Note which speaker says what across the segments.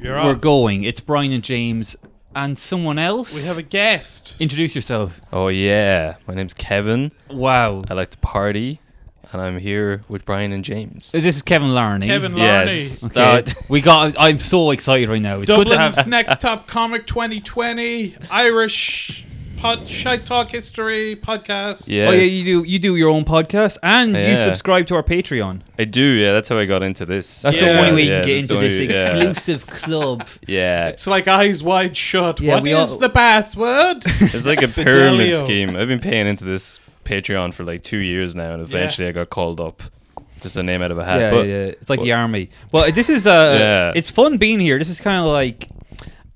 Speaker 1: You're
Speaker 2: We're
Speaker 1: off.
Speaker 2: going. It's Brian and James and someone else.
Speaker 1: we have a guest.
Speaker 2: Introduce yourself.
Speaker 3: Oh yeah, my name's Kevin.
Speaker 2: Wow. Uh,
Speaker 3: I like to party, and I'm here with Brian and James.
Speaker 2: This is Kevin Larney.
Speaker 1: Kevin Larney.
Speaker 3: Yes,
Speaker 2: Okay.
Speaker 3: that-
Speaker 2: we got. I'm so excited right now. It's good to
Speaker 1: Dublin's
Speaker 2: have.
Speaker 1: next top comic 2020 Irish pod shite talk history podcast.
Speaker 3: yes.
Speaker 2: Oh yeah, you do. You do your own podcast, and you
Speaker 3: Yeah.
Speaker 2: subscribe to our Patreon.
Speaker 3: I do. Yeah, that's how I got into this.
Speaker 2: That's
Speaker 1: Yeah,
Speaker 2: the only way you
Speaker 3: yeah,
Speaker 2: can get
Speaker 3: that's
Speaker 2: into
Speaker 3: the
Speaker 2: this
Speaker 3: only- yeah.
Speaker 2: exclusive club.
Speaker 3: Yeah,
Speaker 1: It's like eyes wide shut.
Speaker 2: Yeah,
Speaker 1: what
Speaker 2: we
Speaker 1: is
Speaker 2: all-
Speaker 1: the password?
Speaker 3: it's like a pyramid
Speaker 1: Fidelio.
Speaker 3: scheme. I've been paying into this Patreon for like two years now, and eventually I got called up. Just a name out of a hat.
Speaker 2: yeah,
Speaker 3: but
Speaker 2: yeah, it's like
Speaker 3: but-
Speaker 2: the army. But this is uh,
Speaker 3: Yeah.
Speaker 2: it's fun being here. This is kind of like,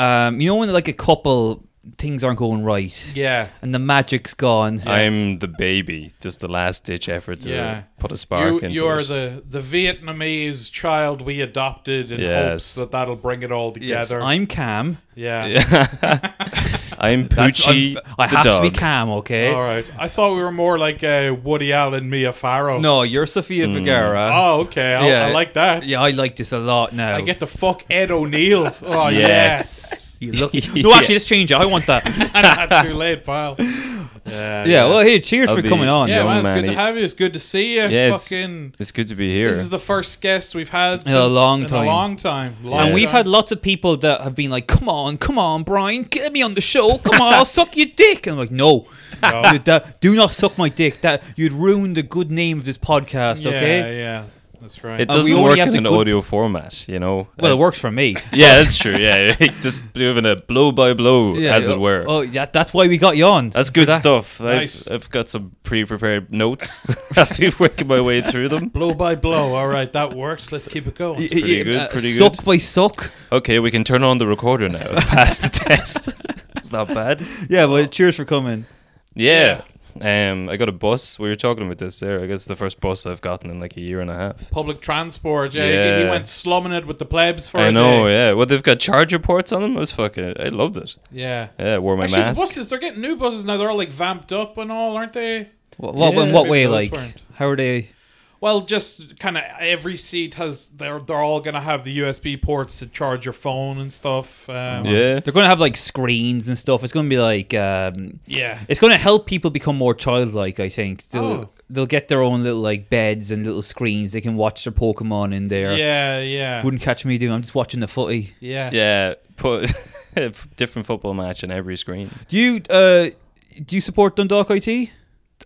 Speaker 2: um, you know, when like a couple things aren't going right,
Speaker 1: yeah.
Speaker 2: and the magic's gone.
Speaker 3: I'm the baby, just the last ditch effort to
Speaker 1: Yeah.
Speaker 3: put a
Speaker 1: You,
Speaker 3: spark into
Speaker 1: you are
Speaker 3: it.
Speaker 1: the, the Vietnamese child we adopted in hopes
Speaker 3: Yes.
Speaker 1: that that'll bring it all together.
Speaker 2: I'm Cam.
Speaker 1: yeah.
Speaker 3: I'm
Speaker 2: That's-
Speaker 3: Poochie.
Speaker 2: I'm- I
Speaker 3: the
Speaker 2: have
Speaker 3: dog.
Speaker 2: to be Cam, okay?
Speaker 1: All right. I thought we were more like uh, Woody Allen, Mia Farrow.
Speaker 2: No, you're Sophia
Speaker 3: Hmm.
Speaker 2: Vergara.
Speaker 1: Oh, okay. I,
Speaker 2: Yeah.
Speaker 1: I like that.
Speaker 2: Yeah, I like this a lot now.
Speaker 1: I get to fuck Ed O'Neill. Oh,
Speaker 3: Yes.
Speaker 2: you lucky. No, actually, let's change it. I want that.
Speaker 1: yes. And that's too late, pal. Yeah.
Speaker 2: Yeah, well, hey, cheers
Speaker 3: I'll
Speaker 2: for
Speaker 3: be-
Speaker 2: coming on.
Speaker 1: Yeah,
Speaker 3: young
Speaker 1: man, it's
Speaker 3: man,
Speaker 1: good to
Speaker 3: he-
Speaker 1: have you. It's good to see you.
Speaker 3: Yeah, it's-
Speaker 1: Fucking,
Speaker 3: It's good to be here.
Speaker 1: this is the first guest we've had since,
Speaker 2: long
Speaker 1: In
Speaker 2: time.
Speaker 1: a long time. Long
Speaker 2: And we've
Speaker 1: time.
Speaker 2: had lots of people that have been like, "Come on, come on, Brian, get me on the show. Come on, I'll suck your dick." And I'm like, "No,
Speaker 1: No.
Speaker 2: Dude, that- do not suck my dick. That you'd ruin the good name of this podcast."
Speaker 1: Yeah,
Speaker 2: okay.
Speaker 1: yeah. That's right.
Speaker 2: And
Speaker 3: it
Speaker 2: Uh, we
Speaker 3: doesn't
Speaker 2: only
Speaker 3: work
Speaker 2: have
Speaker 3: in
Speaker 2: the
Speaker 3: an
Speaker 2: good-
Speaker 3: audio format, you know.
Speaker 2: Well,
Speaker 3: Uh,
Speaker 2: it works for me.
Speaker 3: Yeah, that's true. Yeah, just doing a blow by blow, as it were.
Speaker 2: Oh, yeah. That's why we got you on.
Speaker 3: that's
Speaker 2: For
Speaker 3: good
Speaker 2: that.
Speaker 3: stuff.
Speaker 1: Nice.
Speaker 3: I've, I've got some pre-prepared notes. I've been working my way through them.
Speaker 1: blow by blow. All right, that works. Let's keep it going.
Speaker 3: It's pretty good,
Speaker 2: Uh,
Speaker 3: pretty
Speaker 2: suck
Speaker 3: good.
Speaker 2: by suck.
Speaker 3: Okay, we can turn on the recorder now. Pass the test. it's not bad.
Speaker 2: Yeah, but cheers for coming.
Speaker 3: Yeah. Um, I got a bus. We were talking about this there. I guess the first bus I've gotten in like a year and a half.
Speaker 1: Public transport. Yeah, He, he
Speaker 3: Yeah.
Speaker 1: went slumming it with the plebs for a
Speaker 3: I know.
Speaker 2: eh?
Speaker 1: day.
Speaker 3: Yeah. Well, they've got charger ports on them. It was fucking. I loved it.
Speaker 1: Yeah.
Speaker 3: Yeah. I wore my
Speaker 1: Actually,
Speaker 3: mask.
Speaker 1: the buses, they're getting new buses now. They're all like vamped up and all, aren't they?
Speaker 2: What, what, in
Speaker 3: Yeah,
Speaker 2: what
Speaker 1: maybe
Speaker 2: way?
Speaker 1: those
Speaker 2: Like,
Speaker 1: weren't.
Speaker 2: how are they?
Speaker 1: Well, just kind of every seat has they're they're all gonna have the USB ports to charge your phone and stuff. Um,
Speaker 3: yeah.
Speaker 2: They're going to have like screens and stuff. It's going to be like, um,
Speaker 1: yeah.
Speaker 2: it's going to help people become more childlike. I think they'll
Speaker 1: Oh.
Speaker 2: they'll get their own little like beds and little screens. They can watch their Pokemon in there.
Speaker 1: Yeah, yeah,
Speaker 2: Wouldn't catch me doing. I'm just watching the footy.
Speaker 1: yeah,
Speaker 3: Yeah. Put a different football match on every screen.
Speaker 2: Do you uh, do you support Dundalk IT?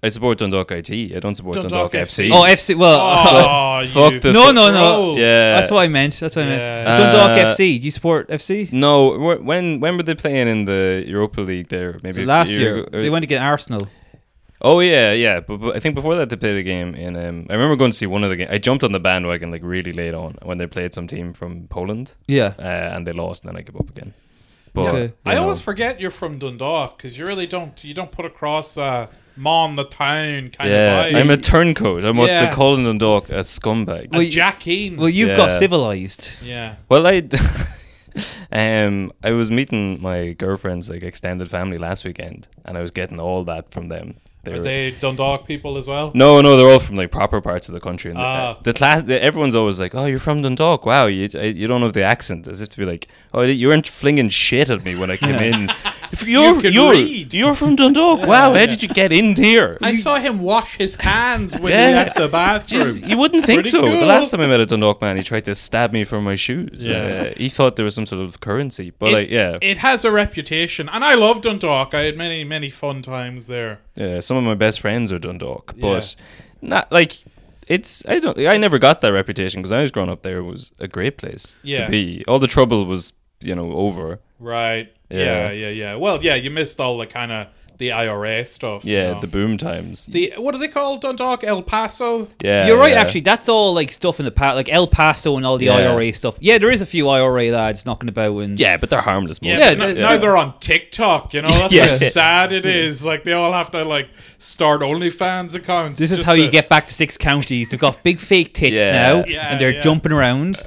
Speaker 3: I support Dundalk IT. I don't support
Speaker 1: Dundalk
Speaker 3: Dundalk,
Speaker 1: FC.
Speaker 3: FC.
Speaker 2: Oh, FC. Well,
Speaker 1: Oh, you
Speaker 3: fuck the-
Speaker 2: no, no, no.
Speaker 1: troll.
Speaker 3: yeah.
Speaker 2: That's what I meant. That's what I meant.
Speaker 1: Yeah.
Speaker 2: Dundalk
Speaker 3: Uh,
Speaker 2: FC. Do you support FC?
Speaker 3: no, wh- when when were they playing in the Europa League? There, maybe
Speaker 2: So
Speaker 3: a
Speaker 2: last
Speaker 3: year
Speaker 2: year
Speaker 3: ago- or-
Speaker 2: they went against Arsenal.
Speaker 3: Oh yeah, yeah. But, but I think before that they played a game, and um, I remember going to see one of the games. I jumped on the bandwagon like really late on when they played some team from Poland,
Speaker 2: Yeah.
Speaker 3: uh, and they lost, and then I gave up again. But
Speaker 2: Okay.
Speaker 3: you
Speaker 1: I
Speaker 3: know,
Speaker 1: always forget you're from Dundalk because you really don't you don't put across uh, mon the town kind
Speaker 3: yeah,
Speaker 1: of vibe.
Speaker 3: I'm a turncoat. I'm what
Speaker 1: Yeah.
Speaker 3: they call in Dundalk a scumbag.
Speaker 1: A
Speaker 2: Well, you-
Speaker 1: Jackeen.
Speaker 2: Well, you've got
Speaker 3: Yeah.
Speaker 2: civilized.
Speaker 1: yeah,
Speaker 3: Well, I, um, I was meeting my girlfriend's like extended family last weekend, and I was getting all that from them. They
Speaker 1: are
Speaker 3: were-
Speaker 1: they Dundalk people as well?
Speaker 3: No, no, they're all from like proper parts of the country. And the- uh,
Speaker 1: Ah.
Speaker 3: the class, the, everyone's always like, "Oh, you're from Dundalk? Wow, you I- you don't have the accent." As if to be like, "Oh, you weren't flinging shit at me when I came in." If you're
Speaker 1: can
Speaker 3: you are
Speaker 1: read.
Speaker 3: you're from Dundalk. wow, how did you get in here?
Speaker 1: I saw him wash his hands when
Speaker 3: Yeah.
Speaker 1: he left the bathroom.
Speaker 3: Jeez, you wouldn't think
Speaker 1: Pretty
Speaker 3: so.
Speaker 1: cool.
Speaker 3: The last time I met a Dundalk man, he tried to stab me for my shoes.
Speaker 1: Yeah.
Speaker 3: Uh, he thought there was some sort of currency, but
Speaker 1: It-
Speaker 3: like, yeah,
Speaker 1: It has a reputation, and I love Dundalk. I had many, many fun times there.
Speaker 3: Yeah, Uh, some of my best friends are Dundalk, but not like it's. I don't. I never got that reputation because I was growing up there. It was a great place
Speaker 1: Yeah.
Speaker 3: to be. All the trouble was, you know, over.
Speaker 1: Right. Yeah, yeah,
Speaker 3: Yeah.
Speaker 1: yeah. Well, yeah, you missed all the kind of the IRA stuff. you
Speaker 3: Yeah,
Speaker 1: know.
Speaker 3: the boom times.
Speaker 1: the what do they call Dundalk? El Paso.
Speaker 3: yeah,
Speaker 2: You're right,
Speaker 3: Uh, yeah.
Speaker 2: actually. That's all like stuff in the past, like El Paso and all the
Speaker 3: Yeah.
Speaker 2: IRA stuff. Yeah, there is a few IRA lads knocking about. And
Speaker 3: Yeah, but they're harmless. Most
Speaker 1: Yeah,
Speaker 3: yeah,
Speaker 2: Yeah,
Speaker 1: but no-
Speaker 2: the-
Speaker 1: now they're on TikTok. You know, that's
Speaker 3: Yeah.
Speaker 1: how sad it is. Like they all have to like start OnlyFans accounts.
Speaker 2: this is
Speaker 1: just
Speaker 2: how you
Speaker 1: to-
Speaker 2: get back to six counties. They've got big fake tits
Speaker 3: Yeah.
Speaker 2: now,
Speaker 1: Yeah,
Speaker 2: and they're
Speaker 1: yeah.
Speaker 2: jumping around.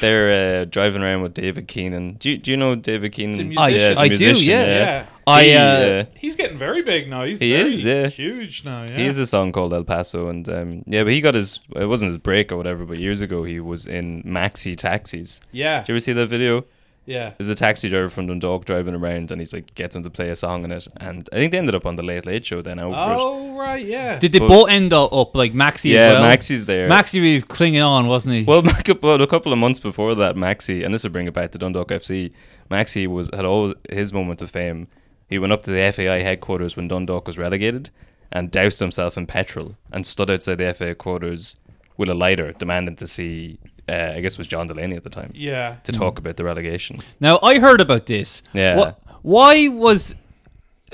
Speaker 3: they're uh, driving around with David Keenan. Do you, do you know David Keenan?
Speaker 1: The musician.
Speaker 3: Yeah, the
Speaker 2: I do,
Speaker 3: musician,
Speaker 2: yeah.
Speaker 1: Yeah.
Speaker 2: I
Speaker 3: He,
Speaker 2: uh,
Speaker 3: uh,
Speaker 1: He's getting very big now. He's
Speaker 3: He
Speaker 1: very
Speaker 3: is, yeah.
Speaker 1: huge now. Yeah.
Speaker 3: He has a song called El Paso, and um, yeah, but he got his. It wasn't his break or whatever, but years ago he was in Maxi Taxis.
Speaker 1: yeah.
Speaker 3: Did you ever see that video?
Speaker 1: Yeah.
Speaker 3: There's a taxi driver from Dundalk driving around, and he's like gets him to play a song in it. And I think they ended up on the Late Late Show then. Out for it.
Speaker 1: Oh right, yeah.
Speaker 2: Did they
Speaker 3: But-
Speaker 2: both end up up like Maxi
Speaker 3: yeah,
Speaker 2: as well?
Speaker 3: Maxi's there.
Speaker 2: Maxi really clinging on, wasn't he?
Speaker 3: Well, Mac- well, a couple of months before that, Maxi, and this will bring it back to Dundalk FC. Maxi was had all his moment of fame. He went up to the FAI headquarters when Dundalk was relegated, and doused himself in petrol and stood outside the FAI quarters with a lighter, demanding to see. Uh, I guess it was John Delaney at the time
Speaker 1: yeah.
Speaker 3: to talk about the relegation.
Speaker 2: now I heard about this.
Speaker 3: Yeah.
Speaker 2: What, why was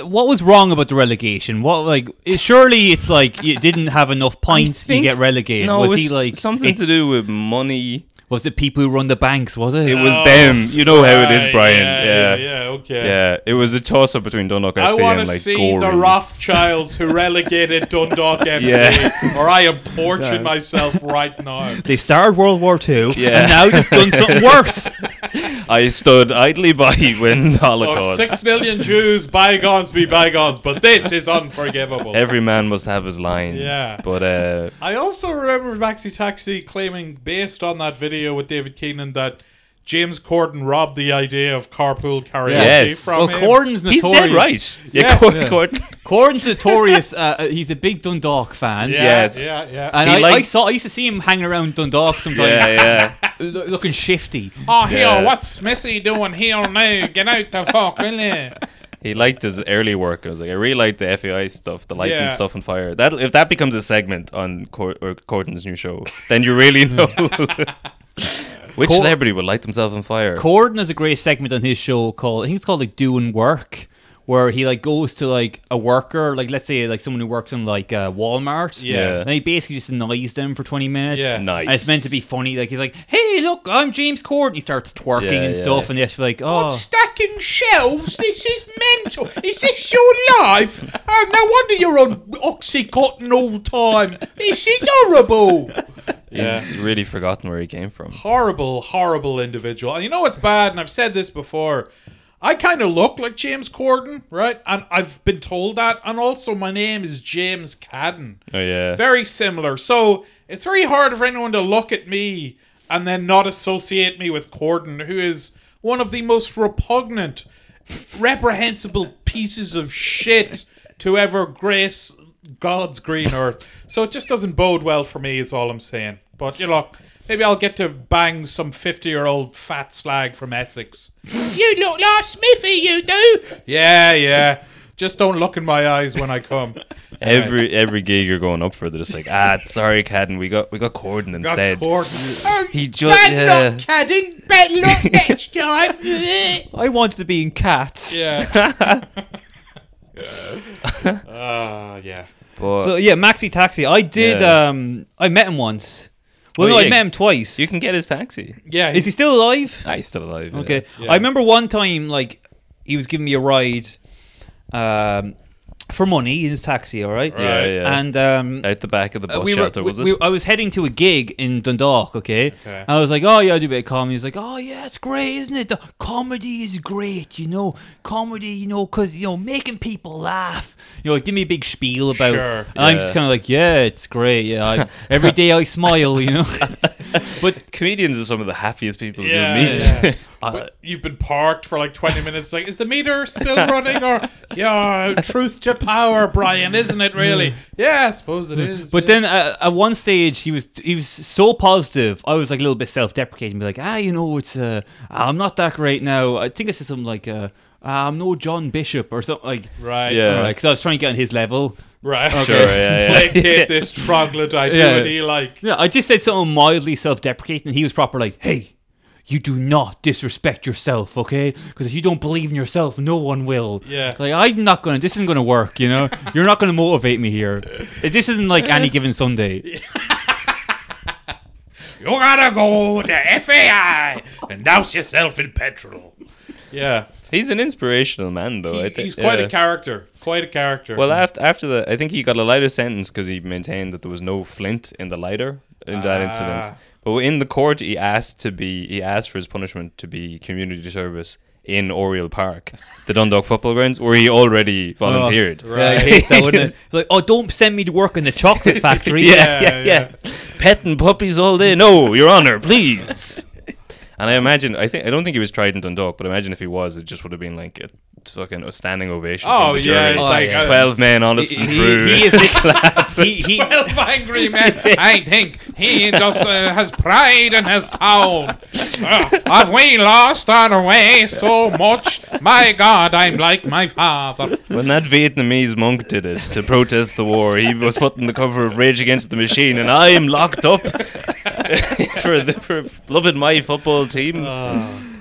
Speaker 2: what was wrong about the relegation? What like it- surely it's like you didn't have enough points, you
Speaker 3: think-
Speaker 2: get relegated.
Speaker 3: No,
Speaker 2: was
Speaker 3: it was
Speaker 2: he like
Speaker 3: something to
Speaker 2: it's-
Speaker 3: do with money?
Speaker 2: Was it people who run the banks? Was it?
Speaker 3: It was
Speaker 1: Oh,
Speaker 3: them. You know how it is,
Speaker 1: Right,
Speaker 3: Brian.
Speaker 1: Yeah.
Speaker 3: Yeah,
Speaker 1: Yeah. Okay.
Speaker 3: Yeah, it was a toss up between Dundalk
Speaker 1: I
Speaker 3: FC
Speaker 1: want
Speaker 3: and
Speaker 1: to
Speaker 3: like
Speaker 1: see the
Speaker 3: Gorey.
Speaker 1: Rothschilds who relegated Dundalk FC,
Speaker 3: Yeah.
Speaker 1: or I am torturing myself right now.
Speaker 2: they started World War Two,
Speaker 3: Yeah.
Speaker 2: and now they've done something worse.
Speaker 3: I stood idly by when the
Speaker 1: Oh,
Speaker 3: Holocaust.
Speaker 1: six million Jews, bygones be bygones, but this is unforgivable.
Speaker 3: Every man must have his line.
Speaker 1: Yeah.
Speaker 3: But uh,
Speaker 1: I also remember Maxi Taxi claiming, based on that video with David Keenan, that James Corden robbed the idea of carpool karaoke
Speaker 3: Yes.
Speaker 1: from
Speaker 2: well,
Speaker 1: him.
Speaker 2: Oh, Corden's notorious.
Speaker 3: he's dead right.
Speaker 1: Yeah.
Speaker 3: Yeah, Cor-
Speaker 2: Yeah.
Speaker 3: Cor-
Speaker 2: Corden's notorious. Uh, uh, he's a big Dundalk fan.
Speaker 1: Yeah,
Speaker 3: Yes.
Speaker 1: Yeah, yeah.
Speaker 2: And
Speaker 3: He
Speaker 2: I, I
Speaker 3: liked-
Speaker 2: saw. I used to see him hanging around Dundalk sometimes,
Speaker 3: yeah, yeah.
Speaker 2: lo- looking shifty.
Speaker 1: oh, here,
Speaker 3: Yeah.
Speaker 1: what's Smithy doing here now? Get out the fuck, will you?
Speaker 3: He liked his early work. I was like, I really like the FAI stuff, the lighting
Speaker 1: Yeah.
Speaker 3: stuff on fire. That if that becomes a segment on Cor- or Corden's new show, then you really know which
Speaker 2: Cor-
Speaker 3: celebrity would light themselves on fire.
Speaker 2: Corden has a great segment on his show called I think it's called like doing work, where he like goes to like a worker, like let's say like someone who works in like uh, Walmart.
Speaker 1: Yeah.
Speaker 2: And he basically just annoys them for 20 minutes.
Speaker 1: Yeah.
Speaker 3: Nice.
Speaker 2: And it's meant to be funny. Like, he's like, hey, look, I'm James Corden. He starts twerking
Speaker 3: Yeah,
Speaker 2: and
Speaker 3: yeah.
Speaker 2: stuff, and they're just like, oh.
Speaker 1: stacking shelves? This is mental. Is this your life? Oh, no wonder you're on Oxycontin all time. This is horrible.
Speaker 3: He's really forgotten where he came from.
Speaker 1: horrible, horrible individual. And you know what's bad? And I've said this before. I kind of look like James Corden, right? And I've been told that. And also, my name is James Cadden.
Speaker 3: Oh yeah.
Speaker 1: Very similar. So it's very hard for anyone to look at me and then not associate me with Corden, who is one of the most repugnant, reprehensible pieces of shit to ever grace God's green earth. So it just doesn't bode well for me, is all I'm saying. But you know, maybe I'll get to bang some 50 year old fat slag from Essex. you look like Smithy, you do. Yeah, yeah. Just don't look in my eyes when I come.
Speaker 3: Every every gig you're going up for, they're just like, ah, sorry, Cadden, we got we got Corden
Speaker 1: Got
Speaker 3: instead.
Speaker 1: Corden.
Speaker 3: He just yeah.
Speaker 4: Cadden, better luck next time.
Speaker 2: I wanted to be in cats.
Speaker 1: Yeah. uh, yeah.
Speaker 3: But
Speaker 2: So, yeah, Maxi Taxi. I did,
Speaker 3: Yeah.
Speaker 2: um I met him once. Well,
Speaker 3: Well,
Speaker 2: no, I
Speaker 3: yeah,
Speaker 2: met him twice.
Speaker 3: you can get his taxi.
Speaker 1: Yeah.
Speaker 2: Is he still alive?
Speaker 3: Ah, he's still alive. yeah.
Speaker 2: Okay.
Speaker 1: Yeah.
Speaker 2: I remember one time, like, he was giving me a ride um, for money in his taxi, all right?
Speaker 3: Yeah, yeah.
Speaker 2: And um,
Speaker 3: out the back of the bus
Speaker 2: we were-
Speaker 3: shelter, was it?
Speaker 2: we- we- I was heading to a gig in Dundalk, okay?
Speaker 1: Okay.
Speaker 2: And I was like, oh, yeah, I do a bit of comedy. He's like, oh, yeah, it's great, isn't it? The comedy is great, you know? Comedy, you know, because, you know, making people laugh. You know, like, give me a big spiel about.
Speaker 1: Sure,
Speaker 2: and I'm just
Speaker 3: yeah.
Speaker 2: kind of like, yeah, it's great. Yeah, I, every day I smile, you know?
Speaker 3: but comedians are some of the happiest people
Speaker 1: Yeah,
Speaker 3: you meet.
Speaker 1: yeah.
Speaker 2: Uh,
Speaker 1: You've been parked for like 20 minutes. Like, is the meter still running? Or, yeah, truth to power, Brian, isn't it really? Yeah, I suppose it is.
Speaker 2: But then uh, at one stage he was he was so positive. I was like a little bit self-deprecating, be like, ah, you know, it's uh, I'm not that great now. I think I said something like, uh, I'm no John Bishop or something like,
Speaker 1: Right.
Speaker 3: Yeah.
Speaker 2: because I was trying to get on his level.
Speaker 1: Right.
Speaker 3: Sure, yeah, yeah.
Speaker 1: Placate this troglodyte
Speaker 2: Yeah.
Speaker 1: yeah. like.
Speaker 2: Yeah, I just said something mildly self-deprecating. and He was proper like, hey. You do not disrespect yourself, okay? Because if you don't believe in yourself, no one will.
Speaker 1: Yeah.
Speaker 2: Like I'm not gonna. This isn't gonna work. You know, you're not gonna motivate me here. This isn't like any given Sunday.
Speaker 1: You gotta go to FAI and douse yourself in petrol. Yeah.
Speaker 3: He's an inspirational man, though. I
Speaker 1: He,
Speaker 3: think
Speaker 1: he's quite
Speaker 3: yeah.
Speaker 1: a character. Quite a character.
Speaker 3: Well, after after that, I think he got a lighter sentence because he maintained that there was no flint in the lighter in that
Speaker 1: Ah.
Speaker 3: incident. But in the court, he asked to be he asked for his punishment to be community service in Oriel Park, the Dundalk football grounds, where he already
Speaker 1: Oh,
Speaker 3: volunteered.
Speaker 2: Yeah, I hate that, wouldn't it? It's Like, oh, don't send me to work in the chocolate factory.
Speaker 3: yeah, yeah, yeah. Petting puppies all day. No, Your Honor, please. And I imagine, I think, I don't think he was tried in Dundalk, but I imagine if he was, it just would have been like a fucking a standing ovation. from
Speaker 1: Oh,
Speaker 3: the
Speaker 1: yeah,
Speaker 3: jury.
Speaker 1: it's
Speaker 5: Oh,
Speaker 1: like
Speaker 5: yeah.
Speaker 1: uh,
Speaker 3: twelve men honest
Speaker 5: He,
Speaker 3: and
Speaker 5: he,
Speaker 3: true.
Speaker 5: he is the, he, he,
Speaker 1: twelve angry men. I think he just uh, has pride in his town. Uh, have we lost our way so much? My God, I'm like my father.
Speaker 3: when that Vietnamese monk did it to protest the war, he was put on the cover of Rage Against the Machine, and I am locked up for, the, for loving my football team.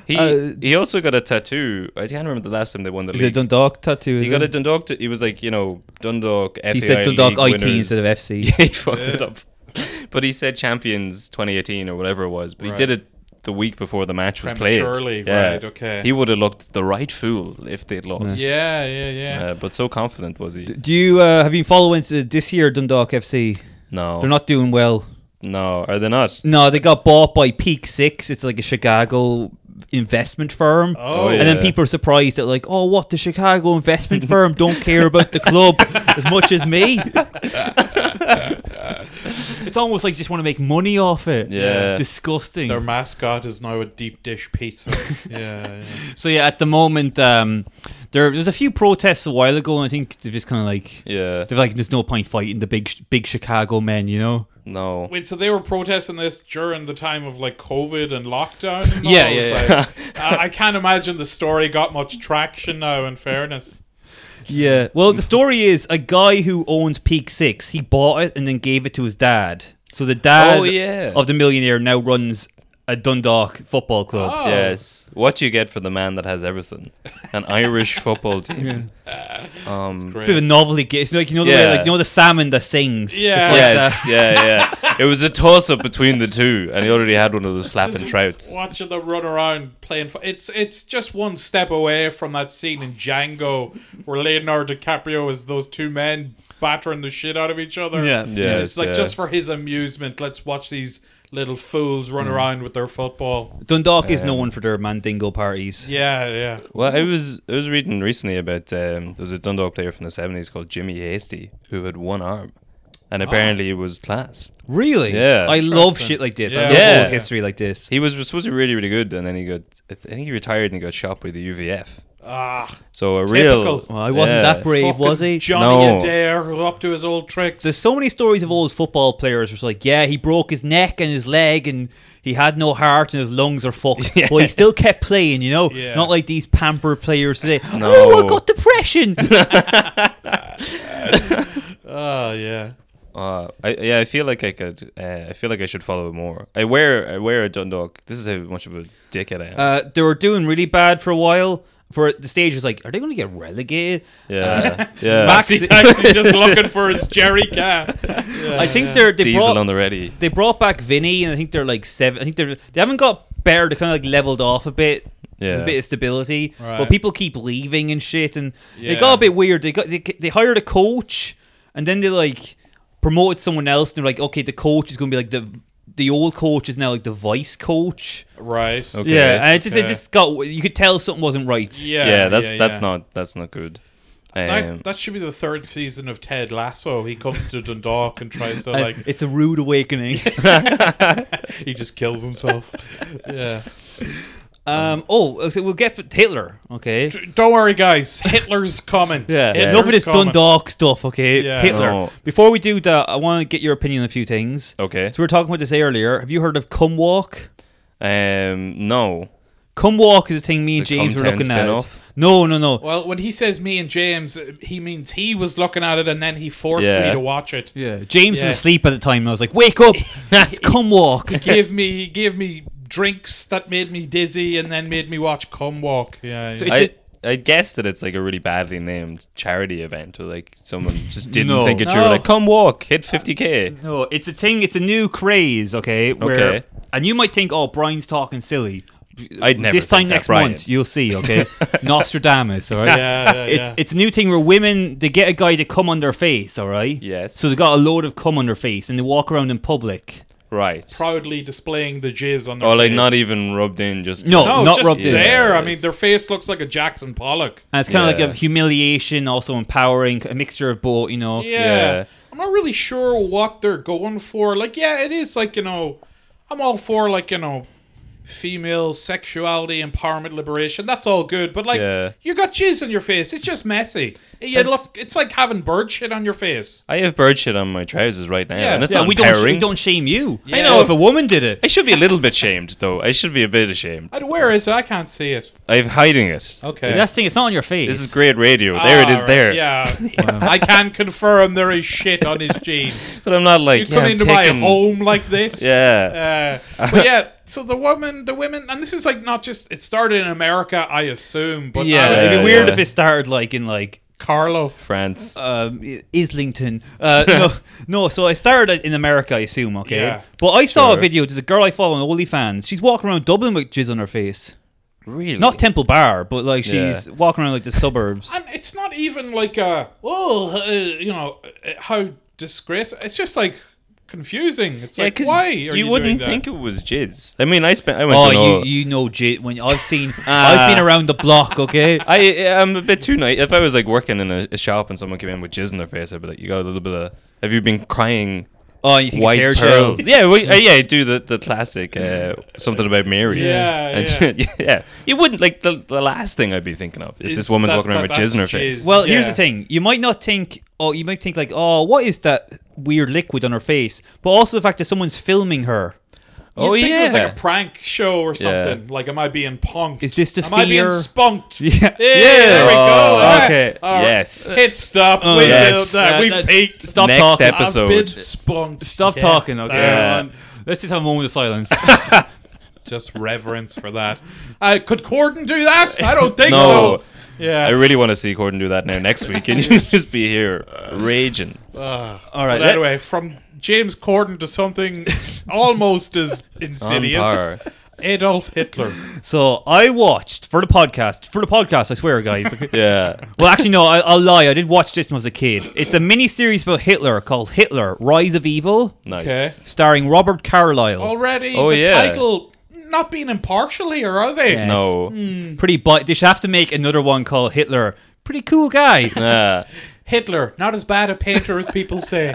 Speaker 3: he
Speaker 5: Uh,
Speaker 3: he also got a tattoo. I can't remember the last time they won the
Speaker 2: Is
Speaker 3: league.
Speaker 2: it Dundalk tattoo?
Speaker 3: he got a Dundalk. T- he was like you know Dundalk. FAI
Speaker 2: He said Dundalk
Speaker 3: league
Speaker 2: IT
Speaker 3: winners.
Speaker 2: instead of FC.
Speaker 3: Yeah, he fucked it
Speaker 1: Yeah.
Speaker 3: up. But he said champions 2018 or whatever it was. But
Speaker 1: Right.
Speaker 3: he did it the week before the match was played.
Speaker 1: Prematurely, right, okay.
Speaker 3: He would have looked the right fool if they'd lost.
Speaker 1: Yeah, yeah, yeah.
Speaker 3: Uh, but so confident was he.
Speaker 2: Do you uh, have you following uh, this year Dundalk FC?
Speaker 3: no.
Speaker 2: They're not doing well.
Speaker 3: No, are they not?
Speaker 2: No, they got bought by Peak Six. It's like a Chicago investment firm.
Speaker 1: Oh,
Speaker 2: And then
Speaker 3: yeah.
Speaker 2: people are surprised that like, oh, what the Chicago investment firm don't care about the club as much as me.
Speaker 5: it's almost like you just want to make money off it.
Speaker 3: Yeah.
Speaker 5: It's disgusting.
Speaker 1: Their mascot is now a deep dish pizza. yeah, yeah.
Speaker 5: So yeah, at the moment, um, there there's a few protests a while ago, and I think they've just kind of like
Speaker 3: Yeah.
Speaker 5: they're like, there's no point fighting the big big Chicago men, you know?
Speaker 3: No.
Speaker 1: Wait, so they were protesting this during the time of like COVID and lockdown? and all?
Speaker 5: Yeah,
Speaker 1: It's
Speaker 5: yeah,
Speaker 1: like, uh, I I can't imagine the story got much traction now, in fairness.
Speaker 2: Yeah.
Speaker 5: Well, the story is a guy who owns Peak Six. He bought it and then gave it to his dad. So the dad
Speaker 3: Oh, yeah.
Speaker 5: of the millionaire now runs a Dundalk football club.
Speaker 1: Oh.
Speaker 3: Yes. What do you get for the man that has everything? An Irish football team. Um,
Speaker 5: It's
Speaker 1: Great.
Speaker 5: a bit of a novelty game. It's like you know the
Speaker 3: Yeah.
Speaker 5: way, like you know the salmon that sings.
Speaker 1: Yeah.
Speaker 5: It's like
Speaker 3: yes, yeah, yeah. It was a toss up between the two, and he already had one of those flapping trouts.
Speaker 1: Watching them run around playing, for, it's it's just one step away from that scene in Django where Leonardo DiCaprio is those two men battering the shit out of each other.
Speaker 5: Yeah.
Speaker 1: And
Speaker 3: Yes,
Speaker 1: it's like
Speaker 3: yeah.
Speaker 1: just for his amusement. Let's watch these little fools
Speaker 3: Mm.
Speaker 1: run around with their football.
Speaker 5: Dundalk
Speaker 2: Dundalk is known for their mandingo parties.
Speaker 1: Yeah, yeah.
Speaker 3: Well, I was I was reading recently about um, there was a Dundalk player from the seventies called Jimmy Hasty who had one arm,
Speaker 1: Oh.
Speaker 3: and apparently it was class.
Speaker 2: Really?
Speaker 3: Yeah.
Speaker 2: I love
Speaker 1: Interesting.
Speaker 2: shit like this. I
Speaker 1: Yeah.
Speaker 2: love
Speaker 3: Yeah.
Speaker 2: old history like this.
Speaker 3: He was supposed to be really really good, and then he got I think he retired and he got shot by the UVF.
Speaker 1: Ah,
Speaker 3: So a real
Speaker 1: Typical.
Speaker 2: Well, I wasn't
Speaker 3: Yeah.
Speaker 2: that brave, was
Speaker 1: fucking
Speaker 2: he?
Speaker 1: Johnny
Speaker 3: No.
Speaker 1: Adair up to his old tricks.
Speaker 2: There's so many stories of old football players who's like, yeah, he broke his neck and his leg and he had no heart and his lungs are fucked. But he still kept playing, you know?
Speaker 1: Yeah.
Speaker 2: Not like these pampered players today.
Speaker 3: No.
Speaker 2: Oh, I got depression.
Speaker 1: oh yeah.
Speaker 3: Uh, I, yeah, I feel like I could. Uh, I feel like I should follow it more. I wear I wear a Dundalk. This is how much of a dickhead I am.
Speaker 2: uh, they were doing really bad for a while. For the stage was like, are they going to get relegated?
Speaker 3: yeah, yeah.
Speaker 1: Maxi Taxi's just looking for his jerry can. Yeah,
Speaker 2: I think
Speaker 1: yeah.
Speaker 2: they're they
Speaker 3: Diesel
Speaker 2: brought,
Speaker 3: on the ready.
Speaker 2: they brought back Vinny, and I think they're like seven. I think they're they haven't got better. They kind of like leveled off a bit. There's a
Speaker 3: Yeah.
Speaker 2: bit of stability,
Speaker 1: Right.
Speaker 2: but people keep leaving and shit, and they
Speaker 1: Yeah.
Speaker 2: got a bit weird. They got they, they hired a coach, and then they like promoted someone else, and they're like, okay, the coach is going to be like the the old coach is now like the vice coach.
Speaker 1: right.
Speaker 3: Okay.
Speaker 2: Yeah, and it just it
Speaker 1: okay.
Speaker 2: just got you could tell something wasn't right.
Speaker 1: Yeah,
Speaker 3: Yeah, that's that's
Speaker 1: yeah.
Speaker 3: not that's not good. Um,
Speaker 1: That, that should be the third season of Ted Lasso. He comes to Dundalk and tries to
Speaker 2: And
Speaker 1: like
Speaker 2: Uh, it's a rude awakening.
Speaker 1: he just kills himself. yeah.
Speaker 2: um, oh, so we'll get Hitler. Okay,
Speaker 1: D- Don't worry, guys. Hitler's coming.
Speaker 2: Yeah,
Speaker 1: Hitler's
Speaker 2: enough of this
Speaker 1: coming.
Speaker 2: Dundalk stuff, okay?
Speaker 1: Yeah.
Speaker 2: Hitler.
Speaker 3: No.
Speaker 2: Before we do that, I want to get your opinion on a few things.
Speaker 3: okay.
Speaker 2: So we were talking about this earlier. Have you heard of Come Walk?
Speaker 3: Um, no.
Speaker 2: Come Walk is a thing me and
Speaker 3: The
Speaker 2: James were
Speaker 3: content
Speaker 2: looking at.
Speaker 3: spin-off?
Speaker 2: No, no, no.
Speaker 1: Well, when he says me and James, uh, he means he was looking at it and then he forced
Speaker 3: Yeah.
Speaker 1: me to watch it.
Speaker 5: Yeah, James
Speaker 1: Yeah.
Speaker 5: was asleep at the time. And I was like, "Wake up! it's come walk."
Speaker 1: He gave me he gave me drinks that made me dizzy and then made me watch Come Walk. Yeah. yeah.
Speaker 2: So
Speaker 3: I
Speaker 2: It's
Speaker 3: I guess that it's like a really badly named charity event, or like someone just didn't
Speaker 5: No.
Speaker 3: think it. You were
Speaker 2: No.
Speaker 3: like, "Come walk, hit 50k."
Speaker 5: No, it's a thing. It's a new craze. Okay, where
Speaker 3: Okay.
Speaker 5: and you might think, "Oh, Brian's talking silly."
Speaker 3: I'd never
Speaker 5: this time
Speaker 3: think that,
Speaker 5: next
Speaker 3: Brian.
Speaker 5: month, you'll see. Okay, Nostradamus. All right.
Speaker 1: Yeah, yeah,
Speaker 5: It's
Speaker 1: yeah.
Speaker 5: it's a new thing where women they get a guy to come on their face. All right.
Speaker 3: Yes.
Speaker 5: So they got a load of cum on their face and they walk around in public.
Speaker 3: Right.
Speaker 1: proudly displaying the jizz on their
Speaker 3: Or Oh, like
Speaker 1: face.
Speaker 3: not even rubbed in. Just
Speaker 5: No.
Speaker 1: No,
Speaker 5: Not
Speaker 1: just
Speaker 5: rubbed in.
Speaker 1: there. I mean,
Speaker 3: Yes.
Speaker 1: their face looks like a Jackson Pollock.
Speaker 5: And it's kind of
Speaker 3: Yeah.
Speaker 5: like a humiliation, also empowering, a mixture of both. You know.
Speaker 1: Yeah.
Speaker 3: Yeah.
Speaker 1: I'm not really sure what they're going for. Like, yeah, it is like, you know, I'm all for like, you know, female sexuality, empowerment, liberation. That's all good, but like
Speaker 3: Yeah.
Speaker 1: you got jizz on your face. It's just messy. You
Speaker 3: That's-
Speaker 1: look, it's like having bird shit on your face.
Speaker 3: I have bird shit on my trousers right now,
Speaker 1: Yeah.
Speaker 3: and it's
Speaker 5: Yeah,
Speaker 3: not
Speaker 5: we don't,
Speaker 3: empowering.
Speaker 5: we don't shame you.
Speaker 1: I
Speaker 5: I
Speaker 1: know.
Speaker 5: know if a woman did it.
Speaker 3: I should be a little bit shamed, though. I should be a bit ashamed.
Speaker 1: And where is it? I can't see it.
Speaker 3: I'm hiding it.
Speaker 1: Okay.
Speaker 5: That's the thing. It's not on your face.
Speaker 3: This is great radio. there it
Speaker 1: Ah,
Speaker 3: is.
Speaker 1: right.
Speaker 3: There.
Speaker 1: Yeah. I can confirm there is shit on his jeans.
Speaker 3: But I'm not
Speaker 1: You
Speaker 3: like. yeah,
Speaker 1: come
Speaker 3: I'm
Speaker 1: into
Speaker 3: taking-
Speaker 1: my home like this.
Speaker 3: Yeah.
Speaker 1: Uh, but yeah, so the woman, the women, and this is like not just it started in America, I assume, but
Speaker 2: Yeah,
Speaker 1: now
Speaker 3: Yeah,
Speaker 1: it's
Speaker 2: it'd
Speaker 3: yeah,
Speaker 2: be weird
Speaker 3: yeah.
Speaker 2: if it started like in like
Speaker 1: Carlo.
Speaker 3: France.
Speaker 2: um, I- Islington. Uh, no, no. So I started in America, I assume. Okay,
Speaker 1: Yeah.
Speaker 2: but I saw
Speaker 3: Sure.
Speaker 2: a video. There's a girl I follow on OnlyFans. She's walking around Dublin with jizz on her face.
Speaker 3: really?
Speaker 2: Not Temple Bar, but like
Speaker 3: Yeah.
Speaker 2: she's walking around like the suburbs.
Speaker 1: And it's not even like a oh, uh, you know, uh, how disgrace. It's just like confusing. It's like
Speaker 3: 'cause
Speaker 1: why are
Speaker 3: you,
Speaker 1: you,
Speaker 3: wouldn't
Speaker 1: doing that?
Speaker 3: think it was jizz. I mean, I spent. I went
Speaker 2: oh,
Speaker 3: to
Speaker 2: you
Speaker 3: know.
Speaker 2: you know jizz when I've seen I've
Speaker 3: Ah.
Speaker 2: been around the block. Okay,
Speaker 3: I I'm a bit too naive. If I was like working in a, a shop and someone came in with jizz in their face, I'd be like, "You got a little bit of. Have you been crying?"
Speaker 2: oh, you think
Speaker 3: White
Speaker 2: it's hair
Speaker 3: pearl.
Speaker 2: gel.
Speaker 3: yeah, we, uh, yeah. I do the the classic uh, something about Mary.
Speaker 1: Yeah,
Speaker 3: And- yeah. You wouldn't like the, the last thing I'd be thinking of is
Speaker 1: It's
Speaker 3: this woman's
Speaker 1: that-
Speaker 3: walking around
Speaker 1: that-
Speaker 3: with jizz in her
Speaker 1: that's
Speaker 3: face.
Speaker 1: jizz.
Speaker 2: Well, here's
Speaker 1: Yeah.
Speaker 2: the thing. You might not think, oh, you might think like, oh, what is that weird liquid on her face? But also the fact that someone's filming her.
Speaker 1: You'd
Speaker 3: oh
Speaker 1: think
Speaker 3: yeah.
Speaker 1: it was like a prank show or something. Like, am I being punked?
Speaker 2: It's just a
Speaker 1: am I being
Speaker 2: fear.
Speaker 1: spunked? Hey,
Speaker 2: Yeah. Yeah.
Speaker 1: There we go.
Speaker 3: Oh,
Speaker 1: Ah,
Speaker 2: okay.
Speaker 1: all right.
Speaker 3: Yes.
Speaker 1: Hit stop. Wait,
Speaker 3: yes.
Speaker 1: no, no,
Speaker 3: Uh,
Speaker 1: we've
Speaker 2: Oh, that-
Speaker 1: peaked.
Speaker 2: Stop
Speaker 3: Next
Speaker 2: talking.
Speaker 3: episode.
Speaker 1: I've been spunked.
Speaker 5: Stop
Speaker 1: Yeah.
Speaker 5: talking. Okay.
Speaker 3: Yeah.
Speaker 5: everyone. Let's just have a moment of silence.
Speaker 1: just reverence for that. Uh, could Corden do that? I don't think
Speaker 3: No.
Speaker 1: so.
Speaker 3: I
Speaker 1: Yeah.
Speaker 3: really want to see Gordon do that now next week, and you just be here raging.
Speaker 2: All right.
Speaker 1: But
Speaker 2: let-
Speaker 1: anyway, from James Corden to something almost as insidious.
Speaker 3: par.
Speaker 1: Adolf Hitler.
Speaker 2: So I watched for the podcast. For the podcast, I swear, guys.
Speaker 3: Yeah.
Speaker 2: well, actually, no, I, I'll lie. I did watch this when I was a kid. It's a mini series about Hitler called Hitler: Rise of Evil,
Speaker 3: Nice.
Speaker 2: starring Robert Carlyle.
Speaker 1: Already
Speaker 3: Oh,
Speaker 1: the
Speaker 3: yeah.
Speaker 1: title not being impartial here, are they?
Speaker 2: Yeah.
Speaker 3: No.
Speaker 2: Pretty, but they should have to make another one called Hitler. Pretty cool guy.
Speaker 3: Nah.
Speaker 1: Hitler, not as bad a painter as people say.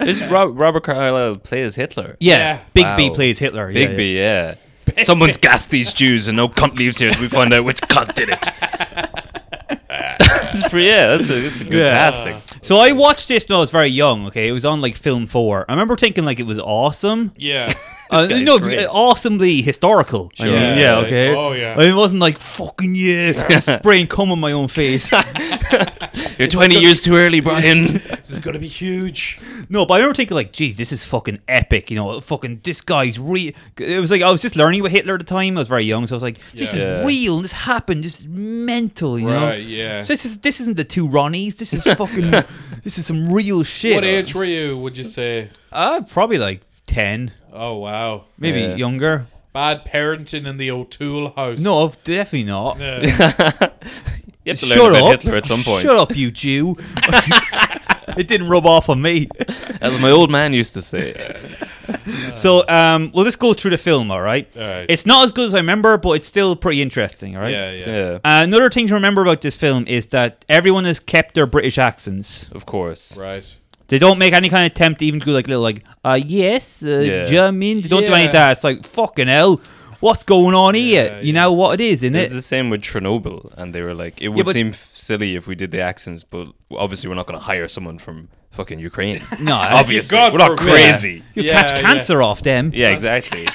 Speaker 3: This Rob- Robert Carlyle plays Hitler.
Speaker 2: Yeah,
Speaker 1: Yeah.
Speaker 2: Big B
Speaker 3: Wow.
Speaker 2: plays Hitler. Yeah,
Speaker 3: Big
Speaker 2: yeah.
Speaker 3: B, yeah. Someone's gassed these Jews, and no cunt leaves here as we find out which cunt did it. that's pretty, yeah, that's a, that's a good
Speaker 2: Yeah.
Speaker 3: casting.
Speaker 2: So I watched this when I was very young. Okay, it was on like film four. I remember thinking like it was awesome.
Speaker 1: Yeah.
Speaker 2: Uh,
Speaker 3: guy's
Speaker 2: no,
Speaker 3: great.
Speaker 2: uh, awesomely historical. I
Speaker 3: Sure.
Speaker 2: mean,
Speaker 3: Yeah.
Speaker 2: yeah, okay.
Speaker 1: Oh, yeah.
Speaker 2: And it wasn't like fucking yeah, spraying cum on my own face.
Speaker 3: You're 20 years too early, Brian.
Speaker 1: this is going to be huge.
Speaker 2: no, but I remember thinking like, geez, this is fucking epic. You know, fucking this guy's real. It was like I was just learning about Hitler at the time. I was very young, so I was like, this
Speaker 1: Yeah.
Speaker 2: is real. This happened. This is mental. You know.
Speaker 1: Right, yeah.
Speaker 2: So this is this isn't the two Ronnies. This is fucking. this is some real shit.
Speaker 1: What age were you, would you say?
Speaker 2: Uh, probably like ten,
Speaker 1: Oh, wow.
Speaker 2: maybe
Speaker 3: Yeah.
Speaker 2: younger.
Speaker 1: Bad parenting in the O'Toole house.
Speaker 2: No, definitely not.
Speaker 1: Yeah.
Speaker 3: You have to learn
Speaker 2: Shut
Speaker 3: about
Speaker 2: up.
Speaker 3: Hitler at some point.
Speaker 2: Shut up, you Jew. it didn't rub off on me.
Speaker 3: As my old man used to say.
Speaker 2: So, um, we'll just go through the film, all right?
Speaker 1: All right.
Speaker 2: It's not as good as I remember, but it's still pretty interesting, all right?
Speaker 1: yeah, yeah.
Speaker 3: Yeah,
Speaker 2: Uh, another thing to remember about this film is that everyone has kept their British accents.
Speaker 3: of course.
Speaker 1: Right.
Speaker 2: They don't make any kind of attempt to even do like little like, uh, yes, uh,
Speaker 3: Yeah.
Speaker 2: German. They don't do any
Speaker 1: Yeah.
Speaker 2: of that. It's like fucking hell, what's going on here?
Speaker 1: Yeah,
Speaker 2: You
Speaker 1: yeah.
Speaker 2: know what it is, isn't it?
Speaker 3: It's the same with Chernobyl, and they were like, it would
Speaker 2: but-
Speaker 3: seem f- silly if we did the accents, but obviously we're not going to hire someone from fucking Ukraine.
Speaker 2: no,
Speaker 3: obviously,
Speaker 1: God
Speaker 3: we're not
Speaker 1: forbid.
Speaker 3: crazy.
Speaker 2: you
Speaker 1: Yeah,
Speaker 2: catch
Speaker 1: yeah.
Speaker 2: cancer off them.
Speaker 3: Yeah, exactly.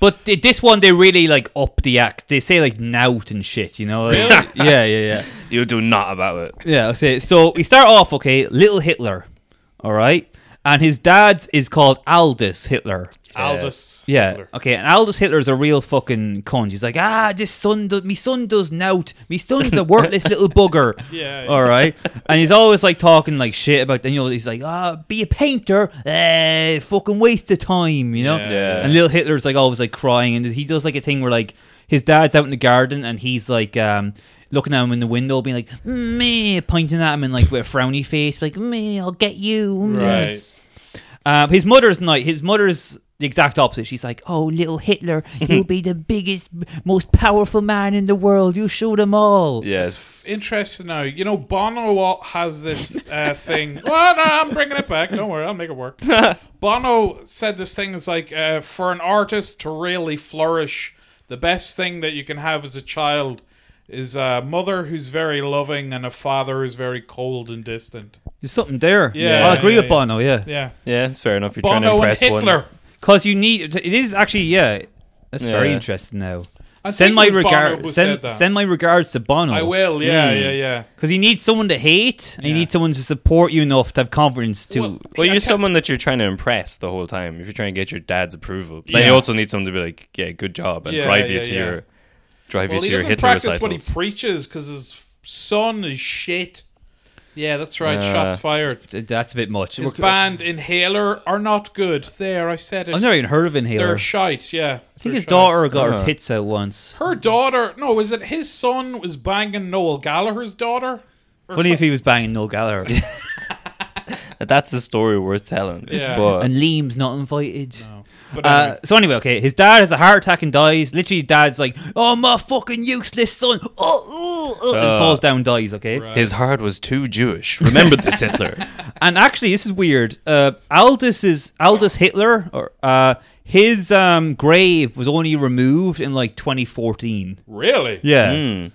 Speaker 2: But th- this one, they really like up the act. They say like nout and shit, you know? Like,
Speaker 1: Really?
Speaker 2: yeah, yeah, yeah.
Speaker 3: you do not about it.
Speaker 2: Yeah, I'll say it. So we start off, okay, little Hitler, all right? And his dad is called Aldous Hitler.
Speaker 1: Aldous.
Speaker 2: Yeah.
Speaker 1: Hitler.
Speaker 2: Okay. And Aldous Hitler is a real fucking cunt. He's like, ah, this son, do- me son does nout. Me son's a worthless little bugger.
Speaker 1: Yeah, yeah.
Speaker 2: All right. And he's always like talking like shit about. And you know, he's like, ah, be a painter. Eh, fucking waste of time. You know.
Speaker 1: Yeah.
Speaker 3: Yeah.
Speaker 2: And little Hitler's like always like crying, and he does like a thing where like his dad's out in the garden, and he's like um looking at him in the window, being like, meh, pointing at him and like with a frowny face, like, meh, I'll get you. meh.
Speaker 1: Right.
Speaker 2: Um, his mother's night. His mother's the exact opposite. She's like, "Oh, little Hitler, you'll be the biggest, most powerful man in the world. You show them all."
Speaker 3: Yes.
Speaker 1: Interesting now. You know, Bono has this uh, thing. Well, no, I'm bringing it back. Don't worry, I'll make it work. Bono said this thing is like uh, for an artist to really flourish, the best thing that you can have as a child is a mother who's very loving and a father who's very cold and distant.
Speaker 2: There's something there.
Speaker 1: Yeah,
Speaker 2: I'll agree
Speaker 1: yeah,
Speaker 2: with
Speaker 1: yeah.
Speaker 2: Bono. Yeah,
Speaker 1: Yeah.
Speaker 3: yeah, it's fair enough. You're trying to
Speaker 1: Bono and
Speaker 3: impress
Speaker 1: Hitler.
Speaker 3: one.
Speaker 2: because you need. It is actually yeah. That's very
Speaker 3: Yeah.
Speaker 2: interesting. Now,
Speaker 1: I think
Speaker 2: send my
Speaker 1: it was Bono who
Speaker 2: regard.
Speaker 1: said
Speaker 2: Send
Speaker 1: that.
Speaker 2: send my regards to Bono. Hmm.
Speaker 1: I will. Yeah,
Speaker 3: Hmm.
Speaker 1: yeah, yeah.
Speaker 2: Because you need someone to hate, and you
Speaker 1: Yeah.
Speaker 2: need someone to support you enough to have confidence to.
Speaker 1: Well,
Speaker 3: Well,
Speaker 1: I
Speaker 3: you're
Speaker 1: can't-
Speaker 3: someone that you're trying to impress the whole time. If you're trying to get your dad's approval, then
Speaker 1: Yeah.
Speaker 3: you also need someone to be like, "Yeah, good job," and
Speaker 1: Yeah,
Speaker 3: drive you
Speaker 1: yeah,
Speaker 3: to
Speaker 1: yeah.
Speaker 3: your drive
Speaker 1: Well,
Speaker 3: you
Speaker 1: he
Speaker 3: to your
Speaker 1: doesn't
Speaker 3: Hitler
Speaker 1: practice what he
Speaker 3: recitals.
Speaker 1: preaches because his son is shit. Yeah, that's right.
Speaker 3: Uh,
Speaker 1: Shots fired.
Speaker 2: Th- That's a bit much.
Speaker 1: His
Speaker 2: We're-
Speaker 1: band Inhaler are not good. There, I said it.
Speaker 2: I've never even heard of Inhaler.
Speaker 1: They're Uh-huh. shite. Yeah,
Speaker 2: I think his daughter got her
Speaker 3: Ah.
Speaker 2: tits out once.
Speaker 1: her daughter. No, is it his son was banging Noel Gallagher's daughter? Or
Speaker 2: Funny if
Speaker 1: some-
Speaker 2: he was banging Noel Gallagher.
Speaker 3: That's the story worth telling.
Speaker 1: Yeah.
Speaker 3: But-
Speaker 2: and Liam's not invited.
Speaker 1: But
Speaker 2: Uh,
Speaker 1: anyway,
Speaker 2: so anyway, okay, his dad has a heart attack and dies. Literally, dad's like, "Oh my fucking useless son!" Oh, oh, oh," and
Speaker 3: Uh,
Speaker 2: falls down, and dies. Okay,
Speaker 3: his heart was too Jewish. Remember this, Hitler.
Speaker 2: and actually, this is weird. Uh, Aldous is Aldous Hitler, or uh, his um, grave was only removed in like 2014.
Speaker 1: really,
Speaker 2: Yeah,
Speaker 3: Hmm.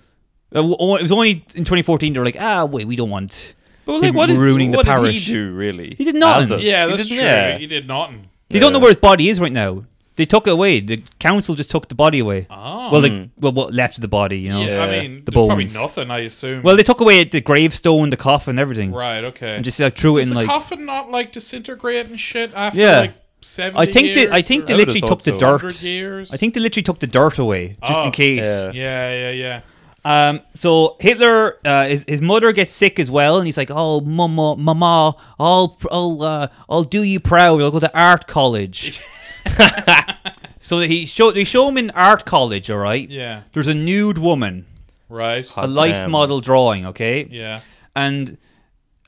Speaker 2: Uh, w- o- it was only in 2014 they were like, "Ah, wait, we don't want."
Speaker 3: But
Speaker 2: like, what did-
Speaker 3: ruining
Speaker 2: what
Speaker 3: the
Speaker 2: did he
Speaker 3: parish.
Speaker 2: do,
Speaker 3: really?
Speaker 2: He did nothing.
Speaker 3: Aldous.
Speaker 1: yeah,
Speaker 3: He
Speaker 1: that's
Speaker 3: didn't-
Speaker 1: true.
Speaker 3: yeah.
Speaker 1: He did nothing.
Speaker 2: They don't know
Speaker 3: Yeah.
Speaker 2: where his body is right now. They took it away. The council just took the body away.
Speaker 1: Oh,
Speaker 2: Well, the, well, what left of the body, you know?
Speaker 1: yeah. I
Speaker 3: yeah,
Speaker 1: mean,
Speaker 2: the
Speaker 1: there's probably
Speaker 2: bones.
Speaker 1: nothing. I assume.
Speaker 2: Well, they took away the gravestone, the coffin, everything,
Speaker 1: right, okay.
Speaker 2: and just like, threw it
Speaker 1: Does
Speaker 2: in
Speaker 1: the
Speaker 2: like.
Speaker 1: coffin not like disintegrate and shit after
Speaker 2: Yeah.
Speaker 1: like seventy?
Speaker 2: I think
Speaker 1: years
Speaker 2: they, I think
Speaker 1: or
Speaker 2: they
Speaker 3: I would've
Speaker 2: literally took
Speaker 3: thought
Speaker 2: the
Speaker 3: so.
Speaker 2: dirt.
Speaker 1: 100 years.
Speaker 2: I think they literally took the dirt away just
Speaker 1: Oh,
Speaker 2: in case.
Speaker 3: yeah.
Speaker 1: Yeah, yeah, yeah.
Speaker 2: Um, so Hitler, uh, his, his mother gets sick as well, and he's like, "Oh, mama, mama, I'll, I'll, uh, I'll do you proud. I'll go to art college." so he show they show him in art college. All right,
Speaker 1: Yeah.
Speaker 2: there's a nude woman,
Speaker 1: Right.
Speaker 2: a
Speaker 3: Hot
Speaker 2: life
Speaker 3: damn.
Speaker 2: model drawing. Okay,
Speaker 1: Yeah.
Speaker 2: and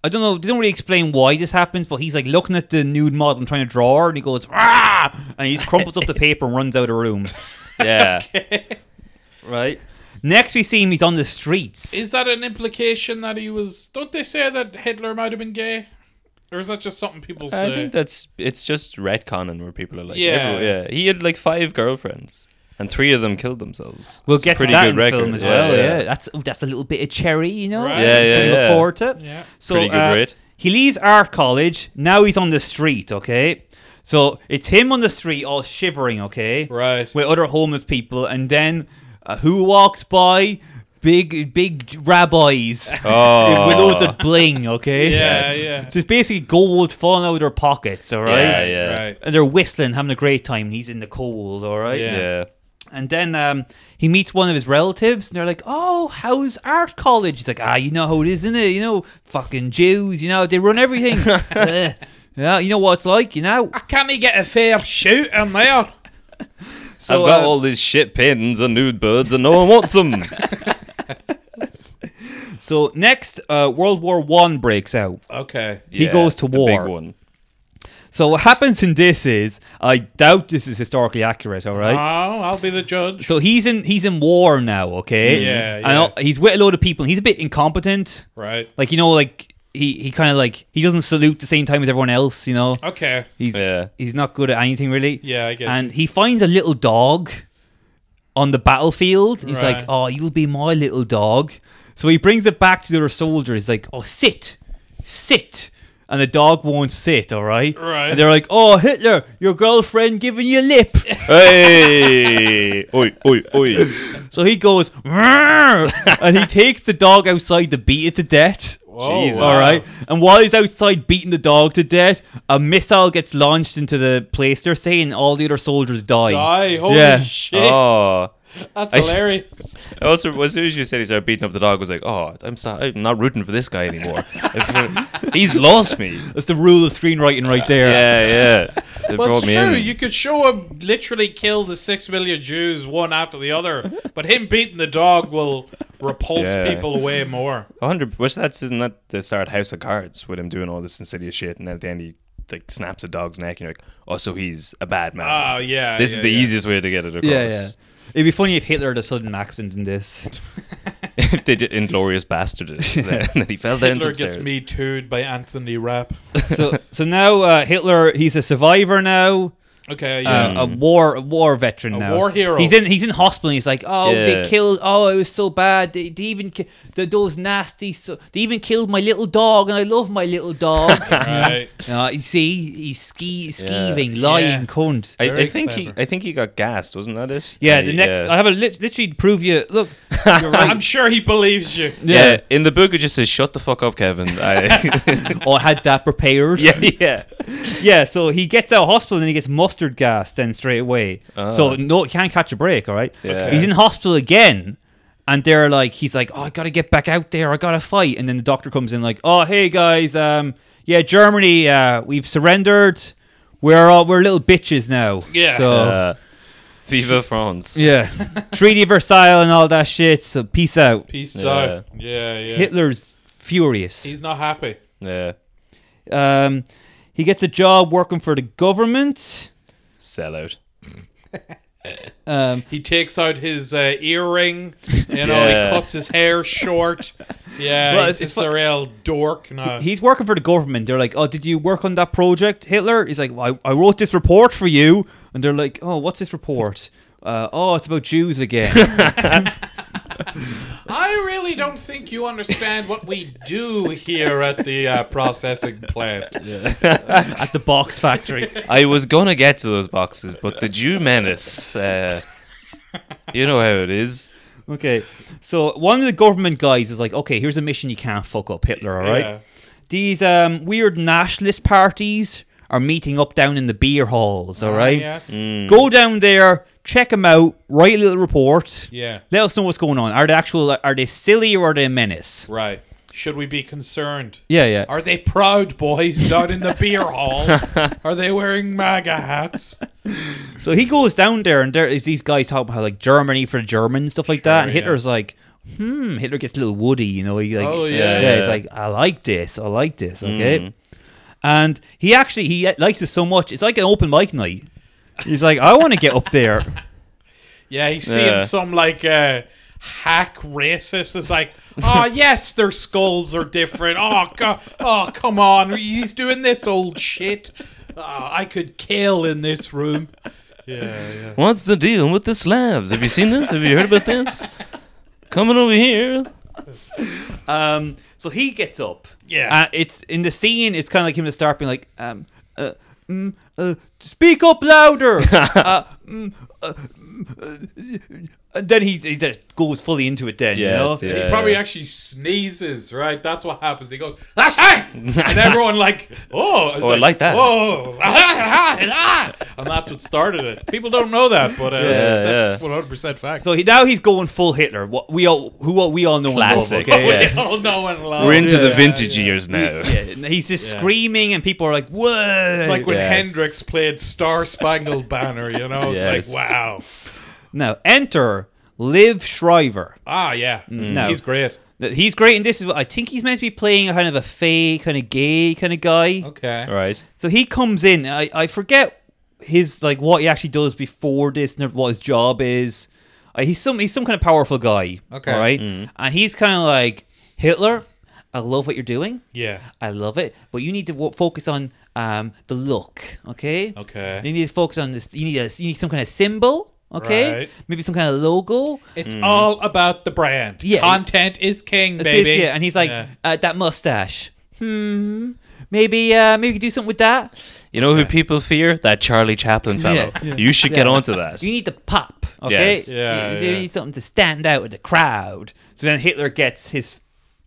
Speaker 2: I don't know. They don't really explain why this happens, but he's like looking at the nude model and trying to draw her, and he goes, "Ah!" and he just crumples up the paper and runs out of the room.
Speaker 3: Yeah.
Speaker 2: Right. Next, we see him. He's on the streets.
Speaker 1: Is that an implication that he was? Don't they say that Hitler might have been gay, or is that just something people say?
Speaker 3: I think that's it's just retconning where people are like,
Speaker 1: Yeah.
Speaker 3: yeah, yeah. He had like five girlfriends, and three of them killed themselves.
Speaker 2: We'll
Speaker 3: It's a
Speaker 2: get to
Speaker 3: pretty
Speaker 2: that
Speaker 3: good
Speaker 2: in
Speaker 3: record.
Speaker 2: the film as
Speaker 3: Yeah,
Speaker 2: well. Yeah,
Speaker 3: yeah.
Speaker 2: that's oh, that's a little bit of cherry, you know.
Speaker 1: Right. Yeah,
Speaker 2: Something
Speaker 3: yeah,
Speaker 2: to
Speaker 3: yeah.
Speaker 2: look forward to.
Speaker 1: Yeah.
Speaker 2: So
Speaker 3: Pretty good
Speaker 2: uh,
Speaker 3: rate.
Speaker 2: he leaves art college. Now he's on the street. Okay, so it's him on the street, all shivering. Okay,
Speaker 1: Right.
Speaker 2: with other homeless people, and then uh, who walks by? Big big rabbis
Speaker 3: Oh.
Speaker 2: with loads of bling. Okay,
Speaker 1: Ah. Yeah, Yes. yeah.
Speaker 2: Just basically gold falling out of their pockets. All right.
Speaker 3: Yeah, yeah.
Speaker 1: Right.
Speaker 2: And they're whistling, having a great time. and He's in the cold, all right.
Speaker 1: Yeah.
Speaker 3: Yeah.
Speaker 2: And then um, he meets one of his relatives, and they're like, "Oh, how's art college?" He's like, "Ah, you know how it is, isn't it? You know, fucking Jews. You know, they run everything. Uh, yeah, you know what it's like. You know."
Speaker 1: Can he get a fair shoot in there?
Speaker 2: So,
Speaker 3: I've got
Speaker 2: uh,
Speaker 3: all these shit paintings and nude birds, and no one wants them.
Speaker 2: So next, uh, World War One breaks out.
Speaker 1: Okay.
Speaker 2: He goes to
Speaker 3: the
Speaker 2: war.
Speaker 3: Big one.
Speaker 2: So what happens in this is, I doubt this is historically accurate. All
Speaker 1: Oh,
Speaker 2: right.
Speaker 1: I'll be the judge.
Speaker 2: so he's in he's in war now. Okay.
Speaker 1: Yeah,
Speaker 2: And
Speaker 1: yeah.
Speaker 2: all- he's with a load of people. He's a bit incompetent.
Speaker 1: Right.
Speaker 2: Like you know, like he he kind of like he doesn't salute the same time as everyone else. You know.
Speaker 1: Okay.
Speaker 2: He's
Speaker 3: Yeah.
Speaker 2: he's not good at anything really.
Speaker 1: Yeah, I get
Speaker 2: And he finds a little dog on the battlefield. He's
Speaker 1: Right.
Speaker 2: like, "Oh, you'll be my little dog." So he brings it back to the other soldier. He's like, "Oh, sit, sit." And the dog won't sit, all right?
Speaker 1: Right.
Speaker 2: And they're like, oh, Hitler, your girlfriend giving you lip.
Speaker 3: hey, oi, oi, oi.
Speaker 2: so he goes, "Rrrr," and he takes the dog outside to beat it to death.
Speaker 1: Whoa,
Speaker 3: Jesus.
Speaker 2: Oh, All right. And while he's outside beating the dog to death, a missile gets launched into the place they're saying all the other soldiers die.
Speaker 1: Die. Holy
Speaker 2: Yeah.
Speaker 1: shit.
Speaker 3: Oh,
Speaker 1: That's
Speaker 3: I-
Speaker 1: hilarious.
Speaker 3: I also, Oh, as soon as you said he started beating up the dog, I was like, oh, I'm, st- I'm not rooting for this guy anymore. If- uh, he's lost me.
Speaker 2: That's the rule of screenwriting right there.
Speaker 3: Yeah, yeah. They
Speaker 1: Well,
Speaker 3: brought
Speaker 1: it's
Speaker 3: me
Speaker 1: true.
Speaker 3: in.
Speaker 1: You could show him literally kill the six million Jews one after the other, but him beating the dog will repulse
Speaker 3: Yeah.
Speaker 1: people way more.
Speaker 3: 100. Which that's isn't that the start House of Cards with him doing all this insidious shit, and then at the end he like snaps a dog's neck, and you're like, oh, so he's a bad man.
Speaker 2: Ah,
Speaker 1: Oh, yeah.
Speaker 3: this
Speaker 1: yeah,
Speaker 3: is the
Speaker 1: yeah.
Speaker 3: easiest way to get it across.
Speaker 2: Yeah, yeah. It'd be funny if Hitler had a sudden accident in this.
Speaker 3: if they did inglorious bastard it, and then he fell down
Speaker 1: Hitler
Speaker 3: some
Speaker 1: gets
Speaker 3: stairs.
Speaker 1: me tooed by Anthony Rapp.
Speaker 2: so so now uh, Hitler, he's a survivor now.
Speaker 1: Okay, yeah.
Speaker 2: Uh, a war a war veteran
Speaker 1: A
Speaker 2: now.
Speaker 1: war hero.
Speaker 2: He's in he's in hospital. And he's like, oh,
Speaker 3: Yeah.
Speaker 2: they killed. Oh, it was so bad. They, they even ki- the, those nasty. So, they even killed my little dog, and I love my little dog.
Speaker 1: right.
Speaker 2: uh, you see, he's ski
Speaker 3: Yeah.
Speaker 2: skeeving, lying
Speaker 1: Yeah.
Speaker 2: cunt.
Speaker 3: I, I
Speaker 1: Very
Speaker 3: think he,
Speaker 1: clever.
Speaker 3: I think he got gassed, wasn't that it?
Speaker 2: yeah,
Speaker 3: Uh,
Speaker 2: the next I have a lit- literally prove you. Look, you're
Speaker 1: I'm
Speaker 2: right.
Speaker 1: sure he believes you.
Speaker 3: yeah.
Speaker 2: yeah.
Speaker 3: in the book it just says, "Shut the fuck up, Kevin." I,
Speaker 2: oh, I had that prepared.
Speaker 3: yeah, yeah.
Speaker 2: Yeah, so he gets out of hospital and he gets mustard gas then straight away. So no, he can't catch a break. All right,
Speaker 3: Yeah.
Speaker 2: he's in hospital again, and they're like, he's like, oh, I gotta get back out there. I gotta fight. And then the doctor comes in like, oh, hey guys, um, yeah, Germany, uh, we've surrendered. We're all we're little bitches now.
Speaker 1: Yeah.
Speaker 2: So
Speaker 3: Uh, Viva France.
Speaker 2: yeah, Treaty of Versailles and all that shit. So peace out.
Speaker 1: Peace
Speaker 3: Yeah.
Speaker 1: out. Yeah, yeah.
Speaker 2: Hitler's furious.
Speaker 1: He's not happy.
Speaker 3: yeah.
Speaker 2: um, he gets a job working for the government.
Speaker 3: Sell out.
Speaker 2: Um,
Speaker 1: He takes out his uh, earring. You know,
Speaker 3: Yeah.
Speaker 1: he cuts his hair short. Yeah,
Speaker 2: Well,
Speaker 1: he's
Speaker 2: it's- it's
Speaker 1: just a real dork now.
Speaker 2: He's working for the government. They're like, "Oh, did you work on that project, Hitler?" He's like, well, I, "I wrote this report for you," and they're like, "Oh, what's this report?" Uh, oh, it's about Jews again.
Speaker 1: I really don't think you understand what we do here at the uh, processing plant.
Speaker 2: At the box factory.
Speaker 3: I was gonna get to those boxes, but the Jew menace. Uh, you know how it is.
Speaker 2: Okay, so one of the government guys is like, "Okay, here's a mission you can't fuck up, Hitler. All right."
Speaker 1: Yeah.
Speaker 2: These um, weird nationalist parties are meeting up down in the beer halls.
Speaker 1: Ah,
Speaker 2: All right. Mm.
Speaker 1: Yes.
Speaker 2: Go down there, check them out, write a little report.
Speaker 1: Yeah.
Speaker 2: Let us know what's going on. Are they actual? Are they silly or are they a menace?
Speaker 1: Right. Should we be concerned?
Speaker 2: Yeah, yeah.
Speaker 1: Are they proud boys down in the beer hall? Are they wearing MAGA hats?
Speaker 2: So he goes down there, and there is these guys talking about like Germany for Germans, stuff like that. And
Speaker 1: Sure, yeah.
Speaker 2: Hitler's like, hmm. Hitler gets a little woody, you know. He like,
Speaker 1: Oh, yeah, Mm.
Speaker 2: he's
Speaker 3: yeah.
Speaker 2: like, I like this, I like this, okay. And he actually he likes it so much. It's like an open mic night. He's like, I want to get up there.
Speaker 1: Yeah, he's seeing
Speaker 3: Yeah.
Speaker 1: some like uh, hack racist. It's like, oh yes, their skulls are different. Oh god, oh come on, he's doing this old shit. Oh, I could kill in this room. Yeah, yeah.
Speaker 3: What's the deal with the Slavs? Have you seen this? Have you heard about this? Coming over here.
Speaker 2: Um, so he gets up.
Speaker 1: Yeah.
Speaker 2: Uh, it's in the scene. It's kind of like him to start being like, um, uh, mm, uh, speak up louder. uh, mm, uh, mm, uh, and then he, he just goes fully into it. Then
Speaker 3: Yes,
Speaker 2: you know,
Speaker 3: yeah.
Speaker 1: He probably actually sneezes, right? That's what happens. He goes, "That's right," and everyone like, "Oh, it's
Speaker 3: Oh, I like that.
Speaker 1: Oh, and that's what started it. People don't know that, but uh, that's one hundred percent fact.
Speaker 2: So he, now he's going full Hitler. What we all who what we all know and love,
Speaker 3: Classic.
Speaker 2: okay?
Speaker 1: we
Speaker 3: yeah.
Speaker 1: all know and love.
Speaker 3: We're into
Speaker 1: Oh,
Speaker 3: the
Speaker 1: Yeah,
Speaker 3: vintage
Speaker 1: yeah.
Speaker 3: years now.
Speaker 2: Yeah, and he's just
Speaker 1: Yeah.
Speaker 2: screaming, and people are like, "Whoa!"
Speaker 1: It's like when
Speaker 3: Yes.
Speaker 1: Hendrix played Star Spangled Banner, you know? It's
Speaker 3: Yes.
Speaker 1: like, wow.
Speaker 2: now enter Liv Shriver.
Speaker 1: Ah, yeah.
Speaker 3: Mm.
Speaker 2: No.
Speaker 1: He's great.
Speaker 2: That- He's great, and this is what I think he's meant to be playing a kind of a fey, kind of gay kind of guy.
Speaker 1: Okay.
Speaker 3: Right.
Speaker 2: So he comes in. I, I forget his like what he actually does before this and what his job is. Uh, he's some he's some kind of powerful guy.
Speaker 1: Okay.
Speaker 2: all right? and he's kind of like Hitler. I love what you're doing.
Speaker 1: Yeah.
Speaker 2: I love it, but you need to wo- focus on um, the look. Okay.
Speaker 1: Okay.
Speaker 2: You need to focus on this. You need a, you need some kind of symbol. Okay.
Speaker 1: Right.
Speaker 2: Maybe some kind of logo.
Speaker 1: It's
Speaker 3: Mm.
Speaker 1: all about the brand.
Speaker 2: Yeah.
Speaker 1: Content is king,
Speaker 2: It's
Speaker 1: baby.
Speaker 2: basically it. And he's like
Speaker 1: Yeah.
Speaker 2: uh, that mustache. Hmm. Maybe uh, maybe we could do something with that.
Speaker 3: You know who people fear? That Charlie Chaplin fellow.
Speaker 2: Yeah, yeah.
Speaker 3: You should get onto that.
Speaker 2: You need to pop, okay?
Speaker 3: Yes.
Speaker 1: Yeah,
Speaker 2: you, you
Speaker 1: yeah.
Speaker 2: need something to stand out in the crowd. So then Hitler gets his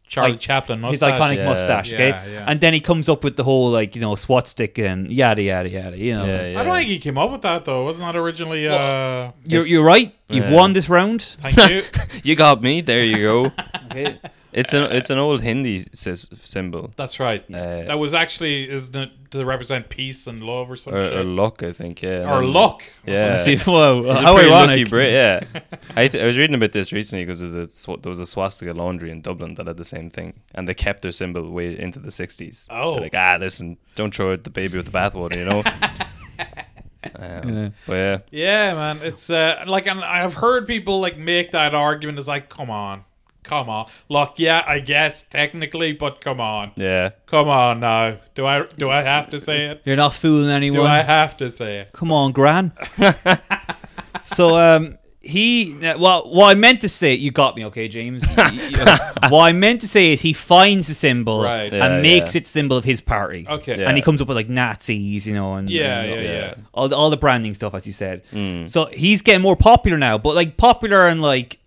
Speaker 1: Charlie
Speaker 2: like,
Speaker 1: Chaplin mustache.
Speaker 2: his iconic
Speaker 3: Yeah.
Speaker 2: mustache,
Speaker 1: Yeah,
Speaker 2: okay?
Speaker 1: yeah.
Speaker 2: And then he comes up with the whole like you know swastika and yada yada yada. You know,
Speaker 3: Yeah, yeah.
Speaker 1: I don't think he came up with that, though. Wasn't that originally. Uh,
Speaker 2: you're
Speaker 3: It's-
Speaker 2: you're right. You've
Speaker 3: Yeah.
Speaker 2: won this round.
Speaker 1: thank you.
Speaker 3: You got me. There you go.
Speaker 2: Okay.
Speaker 3: It's an it's an old Hindi sys- symbol.
Speaker 1: That's right.
Speaker 3: Uh,
Speaker 1: that was actually, isn't it? to represent peace and love or some
Speaker 3: or,
Speaker 1: shit.
Speaker 3: or luck, I think. Yeah,
Speaker 1: or
Speaker 3: then-
Speaker 1: luck.
Speaker 3: Yeah,
Speaker 5: See, whoa,
Speaker 3: He's a
Speaker 5: how
Speaker 3: pretty lucky
Speaker 5: ironic.
Speaker 3: Brit, yeah. I, th- I was reading about this recently because there's a sw- there was a swastika laundry in Dublin that had the same thing, and they kept their symbol way into the 60s. They're
Speaker 1: Oh.
Speaker 3: like ah, listen, don't throw out the baby with the bathwater, you know. um, But yeah,
Speaker 1: Yeah, man. It's uh, like, and I've heard people like make that argument. It's like, come on, come on, luck. Yeah, I guess technically, but come on,
Speaker 3: yeah,
Speaker 1: come on now. Do I do I have to say it?
Speaker 2: You're not fooling
Speaker 1: Do
Speaker 2: anyone.
Speaker 1: I have to say it?
Speaker 2: Come on, Gran. so um, he uh, well, what I meant to say, you got me, okay, James. You- you- what I meant to say is he finds the symbol
Speaker 1: Right.
Speaker 2: and
Speaker 3: Yeah,
Speaker 2: makes
Speaker 3: yeah.
Speaker 2: it symbol of his party.
Speaker 1: Okay.
Speaker 3: Yeah.
Speaker 2: And he comes up with like Nazis, you know, and
Speaker 1: Yeah,
Speaker 2: and
Speaker 1: yeah, yeah.
Speaker 3: yeah.
Speaker 2: all the, all the branding stuff, as you said.
Speaker 3: Hmm.
Speaker 2: So he's getting more popular now, but like popular and like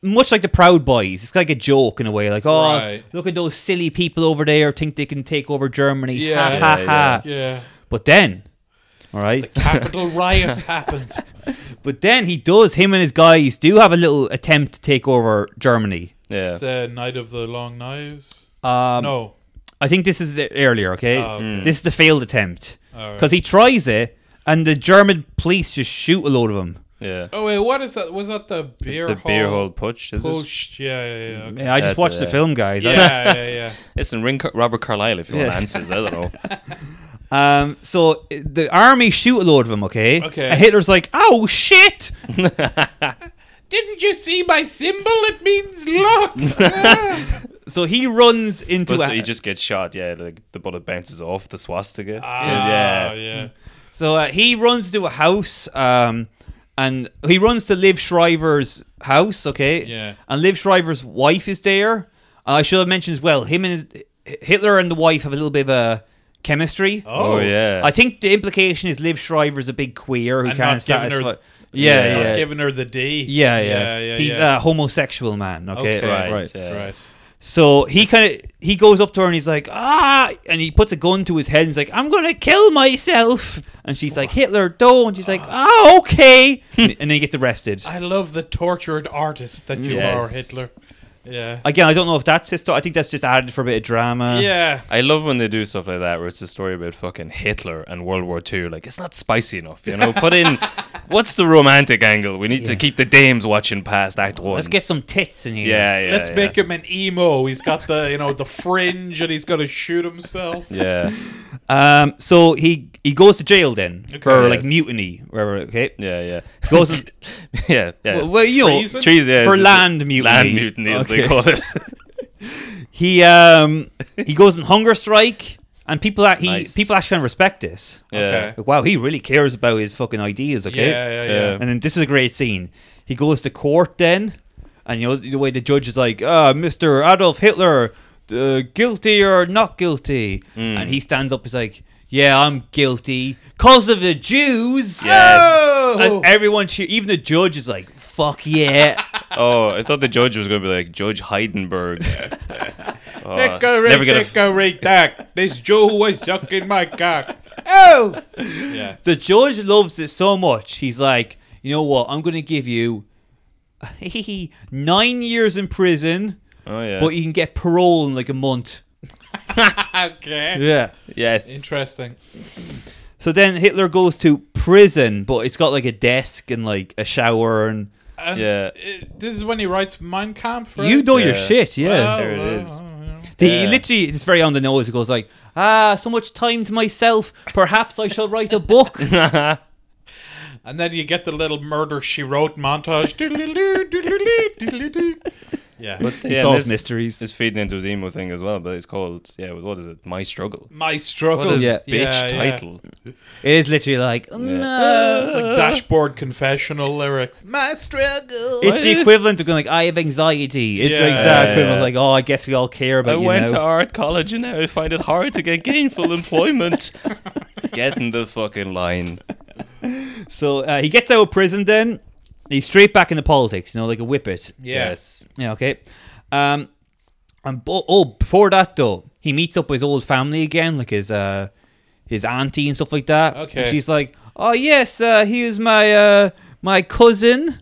Speaker 2: much like the Proud Boys, it's like a joke in a way. Like, oh,
Speaker 1: Right.
Speaker 2: look at those silly people over there, think they can take over Germany.
Speaker 1: Yeah.
Speaker 2: ha ha
Speaker 3: Yeah,
Speaker 2: ha.
Speaker 1: Yeah.
Speaker 2: But then, all right,
Speaker 1: Capital riots happened.
Speaker 2: but then he does. Him and his guys do have a little attempt to take over Germany.
Speaker 3: yeah.
Speaker 1: It's uh, Night of the Long Knives.
Speaker 3: Ah.
Speaker 2: Um,
Speaker 1: no.
Speaker 2: I think this is it earlier. Okay,
Speaker 1: Oh, okay.
Speaker 2: this is the failed attempt
Speaker 1: Alright.
Speaker 2: because he tries it, and the German police just shoot a load of them.
Speaker 3: yeah.
Speaker 1: Oh wait, what is that? Was that the
Speaker 3: It's
Speaker 1: beer
Speaker 3: the
Speaker 1: hall?
Speaker 3: beer hole putsch, is it?
Speaker 1: Push. Yeah, yeah, yeah. Okay.
Speaker 2: Yeah, I just
Speaker 3: That's,
Speaker 2: watched the
Speaker 3: uh,
Speaker 2: film, guys. I-
Speaker 1: Yeah, yeah, yeah.
Speaker 3: Listen, ring Car- Robert Carlyle if you
Speaker 2: Yeah.
Speaker 3: want answers. I don't know.
Speaker 2: Um, so uh, the army shoot a load of them. Okay.
Speaker 1: Okay.
Speaker 2: And Hitler's like, "Oh shit!"
Speaker 1: Didn't you see my symbol? It means luck. Yeah.
Speaker 2: So he runs into.
Speaker 3: But
Speaker 2: a,
Speaker 3: so he just gets shot. Yeah, like the bullet bounces off the swastika.
Speaker 1: Ah,
Speaker 3: yeah,
Speaker 1: yeah.
Speaker 2: So uh, he runs to a house, um, and he runs to Liv Shriver's house. Okay,
Speaker 1: Yeah.
Speaker 2: And Liv Shriver's wife is there. Uh, I should have mentioned as well. Him and his, Hitler and the wife have a little bit of a chemistry.
Speaker 1: Oh,
Speaker 3: Oh, yeah.
Speaker 2: I think the implication is Liv Shriver's a big queer who
Speaker 1: And
Speaker 2: can't
Speaker 1: not giving her-
Speaker 2: satisfy. yeah,
Speaker 3: Yeah,
Speaker 2: yeah,
Speaker 1: Not
Speaker 2: yeah.
Speaker 1: giving her the D.
Speaker 2: yeah,
Speaker 1: yeah, yeah.
Speaker 2: He's
Speaker 1: yeah.
Speaker 2: a homosexual man. Okay,
Speaker 1: Okay,
Speaker 3: right,
Speaker 1: right,
Speaker 3: yeah.
Speaker 1: right.
Speaker 2: So he kind of he goes up to her and he's like, ah, and he puts a gun to his head and he's like, I'm gonna kill myself. And she's like, Hitler, don't. And she's like, ah, okay. and then he gets arrested.
Speaker 1: I love the tortured artist that you
Speaker 3: Yes. Uh,
Speaker 1: are, Hitler. Yeah.
Speaker 2: Again, I don't know if that's his story. I think that's just added for a bit of drama.
Speaker 1: yeah.
Speaker 3: I love when they do stuff like that, where it's a story about fucking Hitler and World War II. Like, it's not spicy enough, you know. Put in, what's the romantic angle? We need to keep the dames watching past Act One.
Speaker 2: Let's get some tits in here.
Speaker 3: yeah, yeah.
Speaker 1: Let's
Speaker 3: yeah.
Speaker 1: make him an emo. He's got the you know the fringe and he's got to shoot himself.
Speaker 3: Yeah,
Speaker 2: Um. So he he goes to jail then for
Speaker 3: Yes.
Speaker 2: like mutiny. Whatever. Okay.
Speaker 3: yeah, yeah.
Speaker 2: Goes.
Speaker 3: yeah, yeah.
Speaker 2: well, well, you know,
Speaker 1: Treason?
Speaker 3: Trees, yeah,
Speaker 2: for
Speaker 3: it's-
Speaker 2: land mutiny.
Speaker 3: Land mutiny, as they
Speaker 2: Okay.
Speaker 3: call it.
Speaker 2: he um he goes on hunger strike and people that he
Speaker 3: Nice.
Speaker 2: people actually kind of respect this.
Speaker 3: yeah.
Speaker 1: Okay.
Speaker 2: Like, wow, he really cares about his fucking ideas, okay?
Speaker 1: Yeah, yeah,
Speaker 3: Yeah.
Speaker 1: yeah.
Speaker 2: And then this is a great scene. He goes to court then, and you know the way the judge is like, uh, Mr. Adolf Hitler, uh, guilty or not guilty?
Speaker 3: Hmm.
Speaker 2: And he stands up, he's like, yeah, I'm guilty because of the Jews.
Speaker 3: Yes.
Speaker 2: And everyone, cheer- even the judge is like, fuck yeah.
Speaker 3: Oh, I thought the judge was going to be like Judge Heidenberg. Oh,
Speaker 1: Dickory,
Speaker 3: never gonna. f-
Speaker 1: dickory, dock. This Jew was sucking my cock. Oh. Yeah.
Speaker 2: the judge loves it so much. He's like, you know what? I'm going to give you nine years in prison,
Speaker 3: oh yeah.
Speaker 2: but you can get parole in like a month.
Speaker 1: Okay.
Speaker 2: Yeah.
Speaker 3: yes.
Speaker 1: Interesting.
Speaker 2: So then Hitler goes to prison, but it's got like a desk and like a shower and
Speaker 1: And
Speaker 3: Yeah.
Speaker 1: it- this is when he writes Mein Kampf. Right?
Speaker 2: you know your
Speaker 3: Yeah.
Speaker 2: shit.
Speaker 1: Oh,
Speaker 2: Yeah.
Speaker 3: there it
Speaker 1: oh,
Speaker 3: is.
Speaker 1: oh, yeah.
Speaker 2: He
Speaker 3: Yeah.
Speaker 2: literally it's very on the nose. He goes like, ah, so much time to myself. Perhaps I shall write a book.
Speaker 1: And then you get the little murder she wrote montage. Doodle-doo, doodle-doo, doodle-doo. yeah.
Speaker 2: He
Speaker 3: Yeah,
Speaker 2: solves
Speaker 3: this-
Speaker 2: mysteries.
Speaker 3: It's feeding into his emo thing as well, but it's called yeah. What is it? My struggle.
Speaker 1: My struggle.
Speaker 3: What a
Speaker 2: Yeah.
Speaker 3: bitch
Speaker 1: Yeah, yeah.
Speaker 3: title.
Speaker 2: It is literally like, no.
Speaker 1: It's like dashboard confessional lyrics. My struggle.
Speaker 2: It's the equivalent of going like, I have anxiety. It's like
Speaker 1: Yeah.
Speaker 2: that equivalent
Speaker 3: Yeah.
Speaker 2: of like, oh, I guess we all care about
Speaker 3: I
Speaker 2: you
Speaker 3: went
Speaker 2: now.
Speaker 3: to art college and now I find it hard to get gainful employment. get in the fucking line.
Speaker 2: So uh, he gets out of prison then. He's straight back into politics, you know, like a whippet.
Speaker 1: yeah.
Speaker 3: Yes.
Speaker 2: Yeah, okay. Um, and bo- oh, before that though, he meets up with his old family again, like his uh, his auntie and stuff like that.
Speaker 1: Okay.
Speaker 2: And she's like, "Oh yes, uh, he is my uh, my cousin,"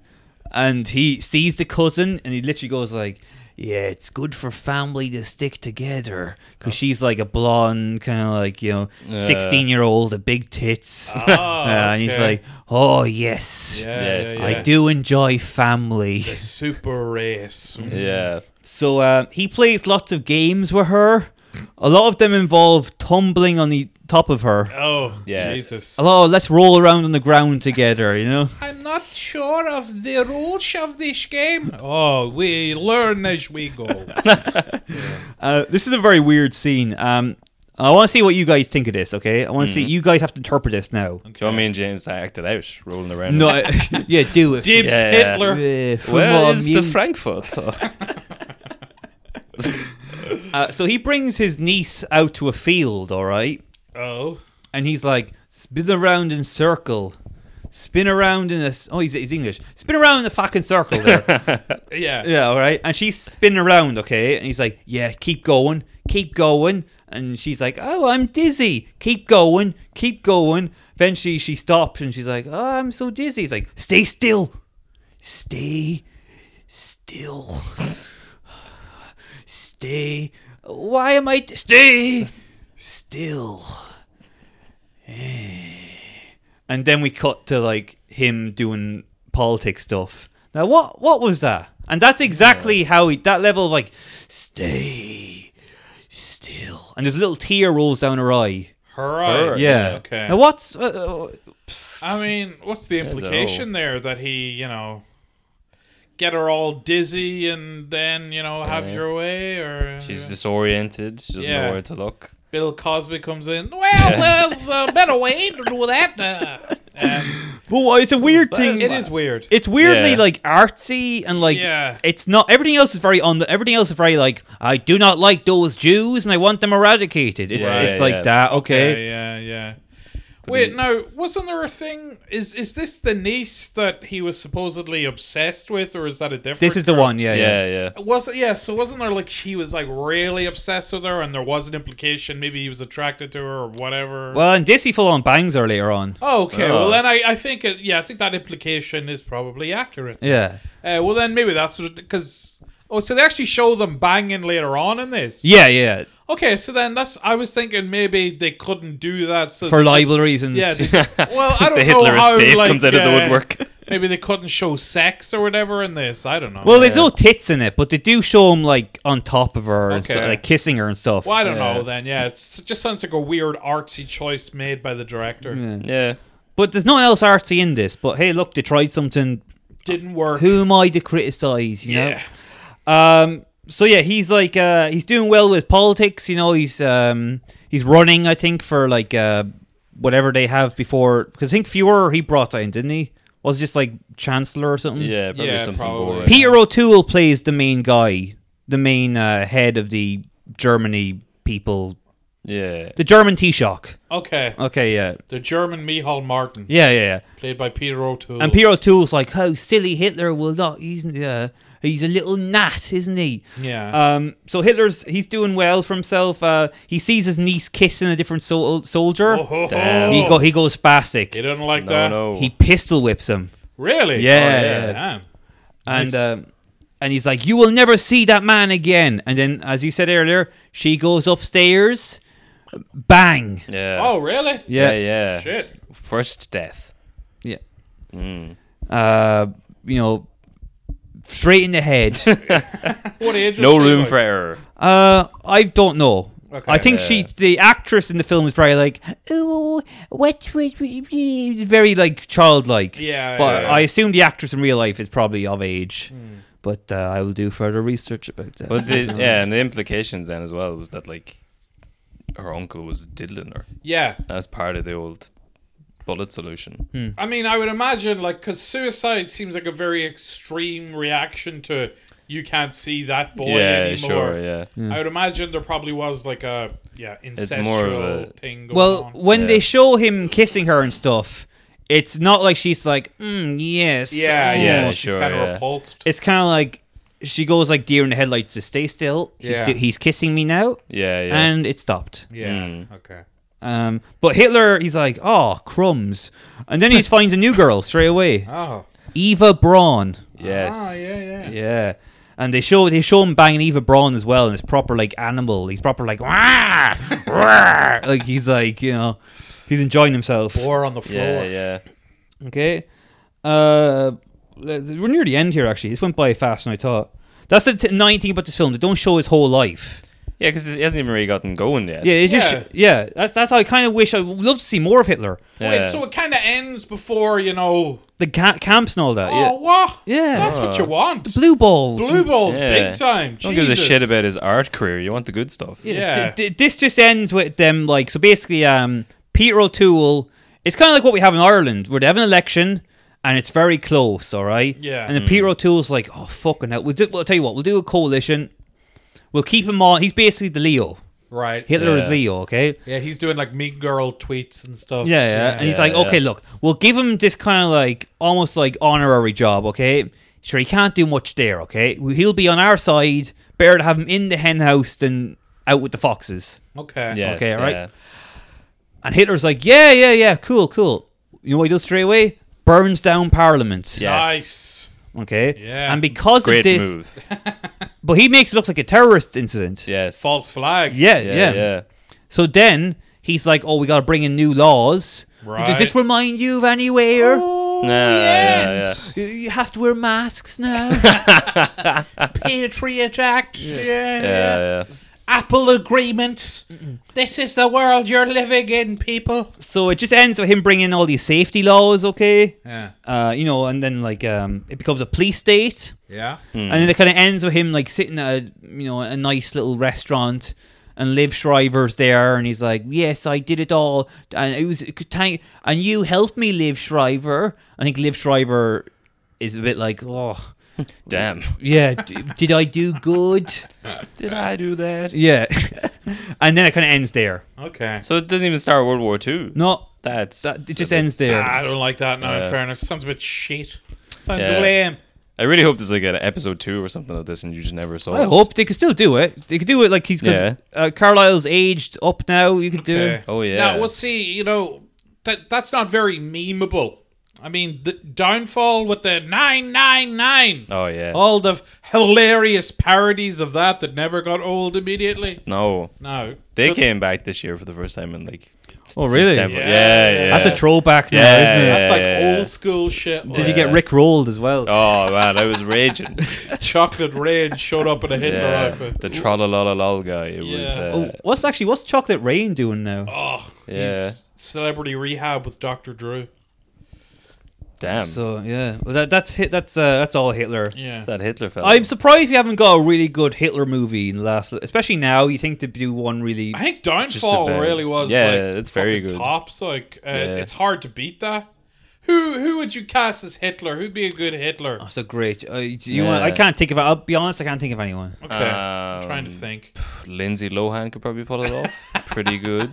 Speaker 2: and he sees the cousin, and he literally goes like, yeah, it's good for family to stick together. Because
Speaker 1: Oh.
Speaker 2: she's like a blonde, kind of like, you know, 16 year old, a big tits. Uh, And he's like, oh, yes.
Speaker 1: Ah, yeah,
Speaker 3: Yes,
Speaker 1: yeah, yeah.
Speaker 2: I do enjoy family.
Speaker 1: The super race.
Speaker 2: Mm-hmm.
Speaker 3: Yeah.
Speaker 2: So uh, he plays lots of games with her. A lot of them involve tumbling on the top of her.
Speaker 1: Oh,
Speaker 3: Yes.
Speaker 1: Jesus.
Speaker 2: A lot of, let's roll around on the ground together, you know?
Speaker 1: I'm not sure of the rules of this game. Oh, we learn as we go.
Speaker 2: Uh, this is a very weird scene. Um, I want to see what you guys think of this, okay? I want to see, you guys have to interpret this now.
Speaker 3: Do you want me and James to act it out, rolling around?
Speaker 2: No, I- yeah, do it.
Speaker 1: Dibs
Speaker 3: Yeah.
Speaker 1: Hitler.
Speaker 2: Yeah, come
Speaker 3: Where
Speaker 2: on,
Speaker 3: is
Speaker 2: you-
Speaker 3: the Frankfurt? Oh,
Speaker 2: uh, so he brings his niece out to a field, all right?
Speaker 1: Oh.
Speaker 2: and he's like, spin around in circle, spin around in a. s- Oh, he's, he's English. Spin around in a fucking circle there.
Speaker 1: Yeah.
Speaker 2: yeah, all right. And she's spinning around, okay. And he's like, yeah, keep going, keep going. And she's like, oh, I'm dizzy. Keep going, keep going. Eventually, she stops and she's like, oh, I'm so dizzy. He's like, stay still, stay still, stay. Why am I stay still? and then we cut to like him doing politics stuff. Now what what was that? And that's exactly how he that level of like stay still, and there's a little tear rolls down her eye.
Speaker 1: Her eye.
Speaker 3: Her,
Speaker 2: Yeah.
Speaker 1: Okay.
Speaker 2: Now what's uh, uh,
Speaker 1: I mean, what's the
Speaker 3: don't know.
Speaker 1: implication there that he, you know, get her all dizzy and then, you know, have
Speaker 3: Yeah.
Speaker 1: your way? Or
Speaker 3: She's disoriented. She doesn't
Speaker 1: Yeah.
Speaker 3: know where to look.
Speaker 1: Bill Cosby comes in. Well,
Speaker 6: there's a better way to do that. Uh,
Speaker 2: well, it's a weird thing.
Speaker 1: it is weird.
Speaker 2: It's weirdly
Speaker 3: Yeah.
Speaker 2: like artsy and like
Speaker 1: Yeah.
Speaker 2: it's not everything else is very on the everything else is very like I do not like those Jews and I want them eradicated. It's,
Speaker 3: Yeah,
Speaker 2: it's
Speaker 3: yeah,
Speaker 2: like
Speaker 3: yeah.
Speaker 2: that. Okay.
Speaker 1: Yeah, yeah, yeah. Wait, now wasn't there a thing? Is is this the niece that he was supposedly obsessed with, or is that a different?
Speaker 2: This is the
Speaker 1: girl?
Speaker 2: one. Yeah. Yeah.
Speaker 3: Yeah, yeah.
Speaker 1: Was it? Yeah. So wasn't there like she was like really obsessed with her, and there was an implication maybe he was attracted to her or whatever.
Speaker 2: Well, uh. and Dizzy full on bangs her later on.
Speaker 1: Oh, okay.
Speaker 3: Oh.
Speaker 1: Well, then I, I think it, yeah, I think that implication is probably accurate.
Speaker 2: Yeah.
Speaker 1: Uh, well, then maybe that's because oh, so they actually show them banging later on in this.
Speaker 2: Yeah. Yeah.
Speaker 1: Okay, so then that's I was thinking maybe they couldn't do that so
Speaker 2: for
Speaker 1: they just-
Speaker 2: libel reasons.
Speaker 1: Yeah. they just- well, I don't
Speaker 3: The
Speaker 1: know
Speaker 3: Hitler
Speaker 1: how,
Speaker 3: estate
Speaker 1: like,
Speaker 3: comes out of
Speaker 1: yeah,
Speaker 3: the woodwork.
Speaker 1: Maybe they couldn't show sex or whatever in this. I don't know.
Speaker 2: well, there's no tits in it, but they do show him like on top of her, and
Speaker 1: Okay.
Speaker 2: stuff, like kissing her and stuff.
Speaker 1: Well, I don't
Speaker 3: Yeah.
Speaker 1: know then. Yeah, it's, it just sounds like a weird artsy choice made by the director.
Speaker 3: Yeah.
Speaker 2: But there's nothing else artsy in this. But hey, look, they tried something.
Speaker 1: Didn't work.
Speaker 2: Who am I to criticize? You
Speaker 1: yeah.
Speaker 2: know. Um. So yeah, he's like uh, he's doing well with politics. You know, he's um he's running. I think for like uh whatever they have before because I think Fuhrer he brought in, didn't he? Was it just like chancellor or something.
Speaker 3: Yeah, probably
Speaker 1: Yeah,
Speaker 3: something
Speaker 1: probably.
Speaker 3: boring.
Speaker 2: Peter O'Toole plays the main guy, the main uh, head of the Germany people,
Speaker 3: yeah.
Speaker 2: the German Taoiseach.
Speaker 1: Okay.
Speaker 2: Okay, yeah,
Speaker 1: The German Michal Martin,
Speaker 2: yeah, yeah, yeah.
Speaker 1: played by Peter O'Toole.
Speaker 2: And Peter O'Toole's like, "Oh, silly Hitler will not. He's uh, he's a little gnat, isn't he?"
Speaker 1: Yeah.
Speaker 3: Uh,
Speaker 2: Um, so Hitler's he's doing well for himself. Uh, he sees his niece kissing a different sol- soldier.
Speaker 1: Oh, ho, ho.
Speaker 3: Damn.
Speaker 2: He go he goes
Speaker 1: He
Speaker 2: spastic.
Speaker 1: didn't like
Speaker 3: No,
Speaker 1: that.
Speaker 3: no.
Speaker 2: He pistol whips him.
Speaker 1: Really?
Speaker 2: Yeah,
Speaker 1: Oh,
Speaker 2: yeah.
Speaker 1: Damn.
Speaker 2: and um, and he's like, "You will never see that man again." And then, as you said earlier, she goes upstairs, bang.
Speaker 3: yeah.
Speaker 1: Oh, really?
Speaker 3: yeah,
Speaker 2: yeah.
Speaker 3: yeah.
Speaker 1: Shit.
Speaker 3: First death.
Speaker 2: Yeah.
Speaker 3: Mm.
Speaker 2: Uh, you know, straight in the head.
Speaker 1: What age?
Speaker 3: No
Speaker 1: was she,
Speaker 3: room
Speaker 1: like?
Speaker 3: for error.
Speaker 2: uh, I don't know.
Speaker 1: Okay.
Speaker 2: I think
Speaker 3: Yeah.
Speaker 2: she, the actress in the film, is very like, oh, what would we be?" very like childlike.
Speaker 1: Yeah,
Speaker 2: But
Speaker 1: yeah. Hmm.
Speaker 2: I assume the actress in real life is probably of age. But uh, I will do further research about that.
Speaker 3: But the, yeah, and the implications then as well was that like her uncle was diddling her.
Speaker 1: Yeah.
Speaker 3: That's part of the old bullet solution.
Speaker 2: Hmm.
Speaker 1: I mean, I would imagine, like, because suicide seems like a very extreme reaction to you can't see that boy
Speaker 3: yeah,
Speaker 1: anymore.
Speaker 3: sure, yeah.
Speaker 2: Hmm.
Speaker 1: I would imagine there probably was, like, a, yeah, incestual
Speaker 3: more of a-
Speaker 1: thing going
Speaker 2: Well,
Speaker 1: on.
Speaker 2: when
Speaker 3: Yeah.
Speaker 2: they show him kissing her and stuff, it's not like she's like, mm, yes.
Speaker 1: yeah, yeah,
Speaker 2: oh."
Speaker 3: Yeah,
Speaker 1: she's
Speaker 3: sure,
Speaker 1: kind of
Speaker 3: yeah.
Speaker 1: repulsed.
Speaker 2: It's kind of like she goes like deer in the headlights to stay still. He's,
Speaker 1: Yeah.
Speaker 2: do- he's kissing me now,
Speaker 3: Yeah, yeah.
Speaker 2: and it stopped.
Speaker 1: yeah,
Speaker 3: Mm.
Speaker 1: okay.
Speaker 2: Um, but Hitler, he's like, oh, crumbs. And then he just finds a new girl straight away
Speaker 1: Oh,
Speaker 2: Eva Braun.
Speaker 3: yes.
Speaker 1: ah, yeah, yeah.
Speaker 2: Yeah. And they show they show him banging Eva Braun as well, and it's proper like animal. He's proper like "Wah! Wah!" like he's like you know he's enjoying himself.
Speaker 1: War on the floor.
Speaker 3: Yeah, yeah.
Speaker 2: Okay. Uh, let's- we're near the end here, actually. This went by faster than I thought. That's the t- nine thing about this film. They don't show his whole life.
Speaker 3: Yeah, because he hasn't even really gotten going yet.
Speaker 2: Yeah, it just
Speaker 1: Yeah.
Speaker 2: yeah. that's that's how I kind of wish I would love to see more of Hitler.
Speaker 1: Wait, so it kind of ends before you know.
Speaker 2: The ca- camps and all that.
Speaker 1: Oh, what?
Speaker 2: Yeah.
Speaker 1: that's what you want.
Speaker 2: Blue balls.
Speaker 1: Blue balls,
Speaker 3: Oh. Yeah.
Speaker 1: big time.
Speaker 3: Don't
Speaker 1: Jesus.
Speaker 3: give a shit about his art career. You want the good stuff.
Speaker 1: Yeah.
Speaker 2: D- d- this just ends with them like so basically um Peter O'Toole it's kind of like what we have in Ireland where they have an election and it's very close all right
Speaker 1: Yeah.
Speaker 2: and then Peter O'Toole's like oh fucking hell we'll, do, we'll tell you what we'll do a coalition we'll keep him on he's basically the Leo
Speaker 1: Right.
Speaker 2: Hitler is
Speaker 3: Yeah.
Speaker 2: Leo okay
Speaker 1: Yeah, he's doing like mean girl tweets and stuff.
Speaker 2: yeah, yeah. And he's like,
Speaker 3: yeah.
Speaker 2: okay, look, we'll give him this kind of like almost like honorary job, okay? Sure, he can't do much there, okay? He'll be on our side. Better to have him in the hen house than out with the foxes.
Speaker 1: Okay.
Speaker 3: Yes,
Speaker 2: Okay, all right.
Speaker 3: yeah.
Speaker 2: And Hitler's like, yeah, yeah, yeah, cool, cool. You know what he does straight away? Burns down Parliament.
Speaker 3: Yeah.
Speaker 1: Nice.
Speaker 2: Okay.
Speaker 1: Yeah.
Speaker 2: And because
Speaker 3: Great
Speaker 2: of this,
Speaker 3: move.
Speaker 2: but he makes it look like a terrorist incident.
Speaker 3: Yes.
Speaker 1: False flag.
Speaker 2: Yeah,
Speaker 3: Yeah,
Speaker 2: yeah.
Speaker 3: yeah.
Speaker 2: So then he's like, oh, we got to bring in new laws. Does this
Speaker 1: Right.
Speaker 2: remind you of anywhere?
Speaker 3: Nah, yeah, yeah.
Speaker 2: You- You have to wear masks now.
Speaker 6: Patriot Act.
Speaker 1: Yeah.
Speaker 3: Yeah, yeah.
Speaker 6: Apple Agreement. This is the world you're living in, people.
Speaker 2: so it just ends with him bringing all these safety laws, okay?
Speaker 1: Yeah.
Speaker 2: Uh, you know, and then like um, it becomes a police state,
Speaker 1: Yeah.
Speaker 3: Mm.
Speaker 2: and then it kind of ends with him like sitting at a, you know a nice little restaurant, and Liv Shriver's there, and he's like, "Yes, I did it all, and it was thank, and you helped me, Liv Shriver." I think Liv Shriver is a bit like, "Oh,
Speaker 3: Damn.
Speaker 2: yeah, d- did I do good?"
Speaker 3: Did I do that?
Speaker 2: Yeah, and then it kind of ends there.
Speaker 1: Okay.
Speaker 3: So it doesn't even start World War Two.
Speaker 2: No,
Speaker 3: That's
Speaker 2: that, it just ends there.
Speaker 1: Ah, I don't like that now,
Speaker 3: Yeah.
Speaker 1: in fairness. Sounds a bit shit. Sounds
Speaker 3: Yeah.
Speaker 1: lame.
Speaker 3: I really hope there's like an episode two or something like this, and you just never saw.
Speaker 2: I
Speaker 3: it.
Speaker 2: hope they could still do it. They could do it like he's because
Speaker 3: Yeah.
Speaker 2: uh, Carlisle's aged up now. You could do
Speaker 1: Okay.
Speaker 3: Oh yeah.
Speaker 1: Now, we'll see, you know, that that's not very memeable. I mean, the downfall with the 999.
Speaker 3: oh yeah.
Speaker 1: All the hilarious parodies of that that never got old immediately.
Speaker 3: No,
Speaker 1: No.
Speaker 3: they
Speaker 1: Good-
Speaker 3: came back this year for the first time in like.
Speaker 2: Oh
Speaker 3: since
Speaker 2: really?
Speaker 3: Denver. Yeah,
Speaker 1: Yeah.
Speaker 3: yeah.
Speaker 2: That's a throwback now,
Speaker 3: Yeah,
Speaker 2: isn't it?
Speaker 1: That's like
Speaker 3: Yeah, yeah, yeah.
Speaker 1: old school shit.
Speaker 2: Did
Speaker 1: like
Speaker 2: you get
Speaker 3: Yeah.
Speaker 2: Rick rolled as well?
Speaker 3: Oh man, I was raging.
Speaker 1: chocolate rain showed up in a Hitler
Speaker 3: yeah,
Speaker 1: outfit?
Speaker 3: the trollolololol guy. It was.
Speaker 1: Yeah.
Speaker 3: Uh,
Speaker 2: Oh, what's actually what's Chocolate Rain doing now?
Speaker 1: oh,
Speaker 3: Yeah.
Speaker 1: he's celebrity rehab with Dr. Drew.
Speaker 3: Damn.
Speaker 2: So yeah, well, that, that's hit. That's uh, that's all Hitler.
Speaker 1: Yeah.
Speaker 3: it's that Hitler fella.
Speaker 2: I'm surprised we haven't got a really good Hitler movie in the last, especially now. You think to do one really?
Speaker 1: I think Downfall
Speaker 3: about-
Speaker 1: really was
Speaker 3: Yeah,
Speaker 1: like
Speaker 3: it's very
Speaker 1: fucking
Speaker 3: good.
Speaker 1: tops like uh,
Speaker 3: Yeah.
Speaker 1: it's hard to beat that. Who who would you cast as Hitler? Who'd be a good Hitler?
Speaker 2: That's a great. Uh, you want, I
Speaker 3: Yeah.
Speaker 2: can't think of. I'll be honest. I can't think of anyone.
Speaker 1: Okay.
Speaker 3: Um,
Speaker 1: I'm trying to think.
Speaker 3: Lindsay Lohan could probably pull it off pretty good.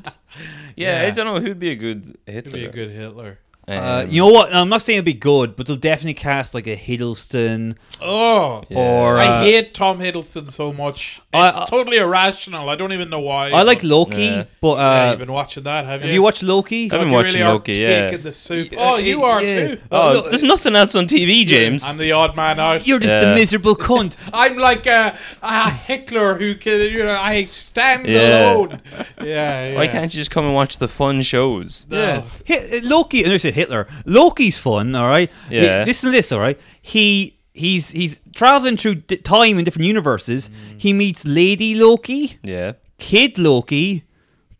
Speaker 3: Yeah, I don't know who'd be a good Hitler.
Speaker 1: Who'd be a good Hitler?
Speaker 2: Uh,
Speaker 3: Um,
Speaker 2: you know what? I'm not saying it'll be good, but they'll definitely cast like a Hiddleston
Speaker 1: Oh,
Speaker 3: Yeah.
Speaker 2: or uh,
Speaker 1: I hate Tom Hiddleston so much.
Speaker 2: I-
Speaker 1: It's
Speaker 2: I-
Speaker 1: totally irrational. I don't even know why.
Speaker 2: I like
Speaker 1: but-
Speaker 2: Loki,
Speaker 3: Yeah.
Speaker 2: but
Speaker 1: Yeah,
Speaker 2: uh,
Speaker 1: you've been watching that, have you?
Speaker 2: have you watched Loki?
Speaker 3: I've been
Speaker 1: You
Speaker 3: watching
Speaker 1: really are
Speaker 3: Loki. Yeah.
Speaker 1: taking the soup.
Speaker 2: Yeah,
Speaker 1: Oh, you are
Speaker 2: yeah.
Speaker 1: too.
Speaker 2: Oh,
Speaker 3: Oh,
Speaker 2: look-
Speaker 3: there's nothing else on TV, James.
Speaker 1: I'm the odd man out.
Speaker 2: You're just a
Speaker 3: Yeah.
Speaker 2: miserable cunt.
Speaker 1: I'm like a, a Hitler who can, you know, I stand
Speaker 3: Yeah.
Speaker 1: alone. Yeah, yeah.
Speaker 3: Why can't you just come and watch the fun shows?
Speaker 2: yeah, Hit, Loki. And I said Hitler. Loki's fun. All right.
Speaker 3: Yeah.
Speaker 2: He- listen to this. All right. He he's he's traveling through di time in different universes. He meets Lady Loki,
Speaker 3: Yeah.
Speaker 2: Kid Loki,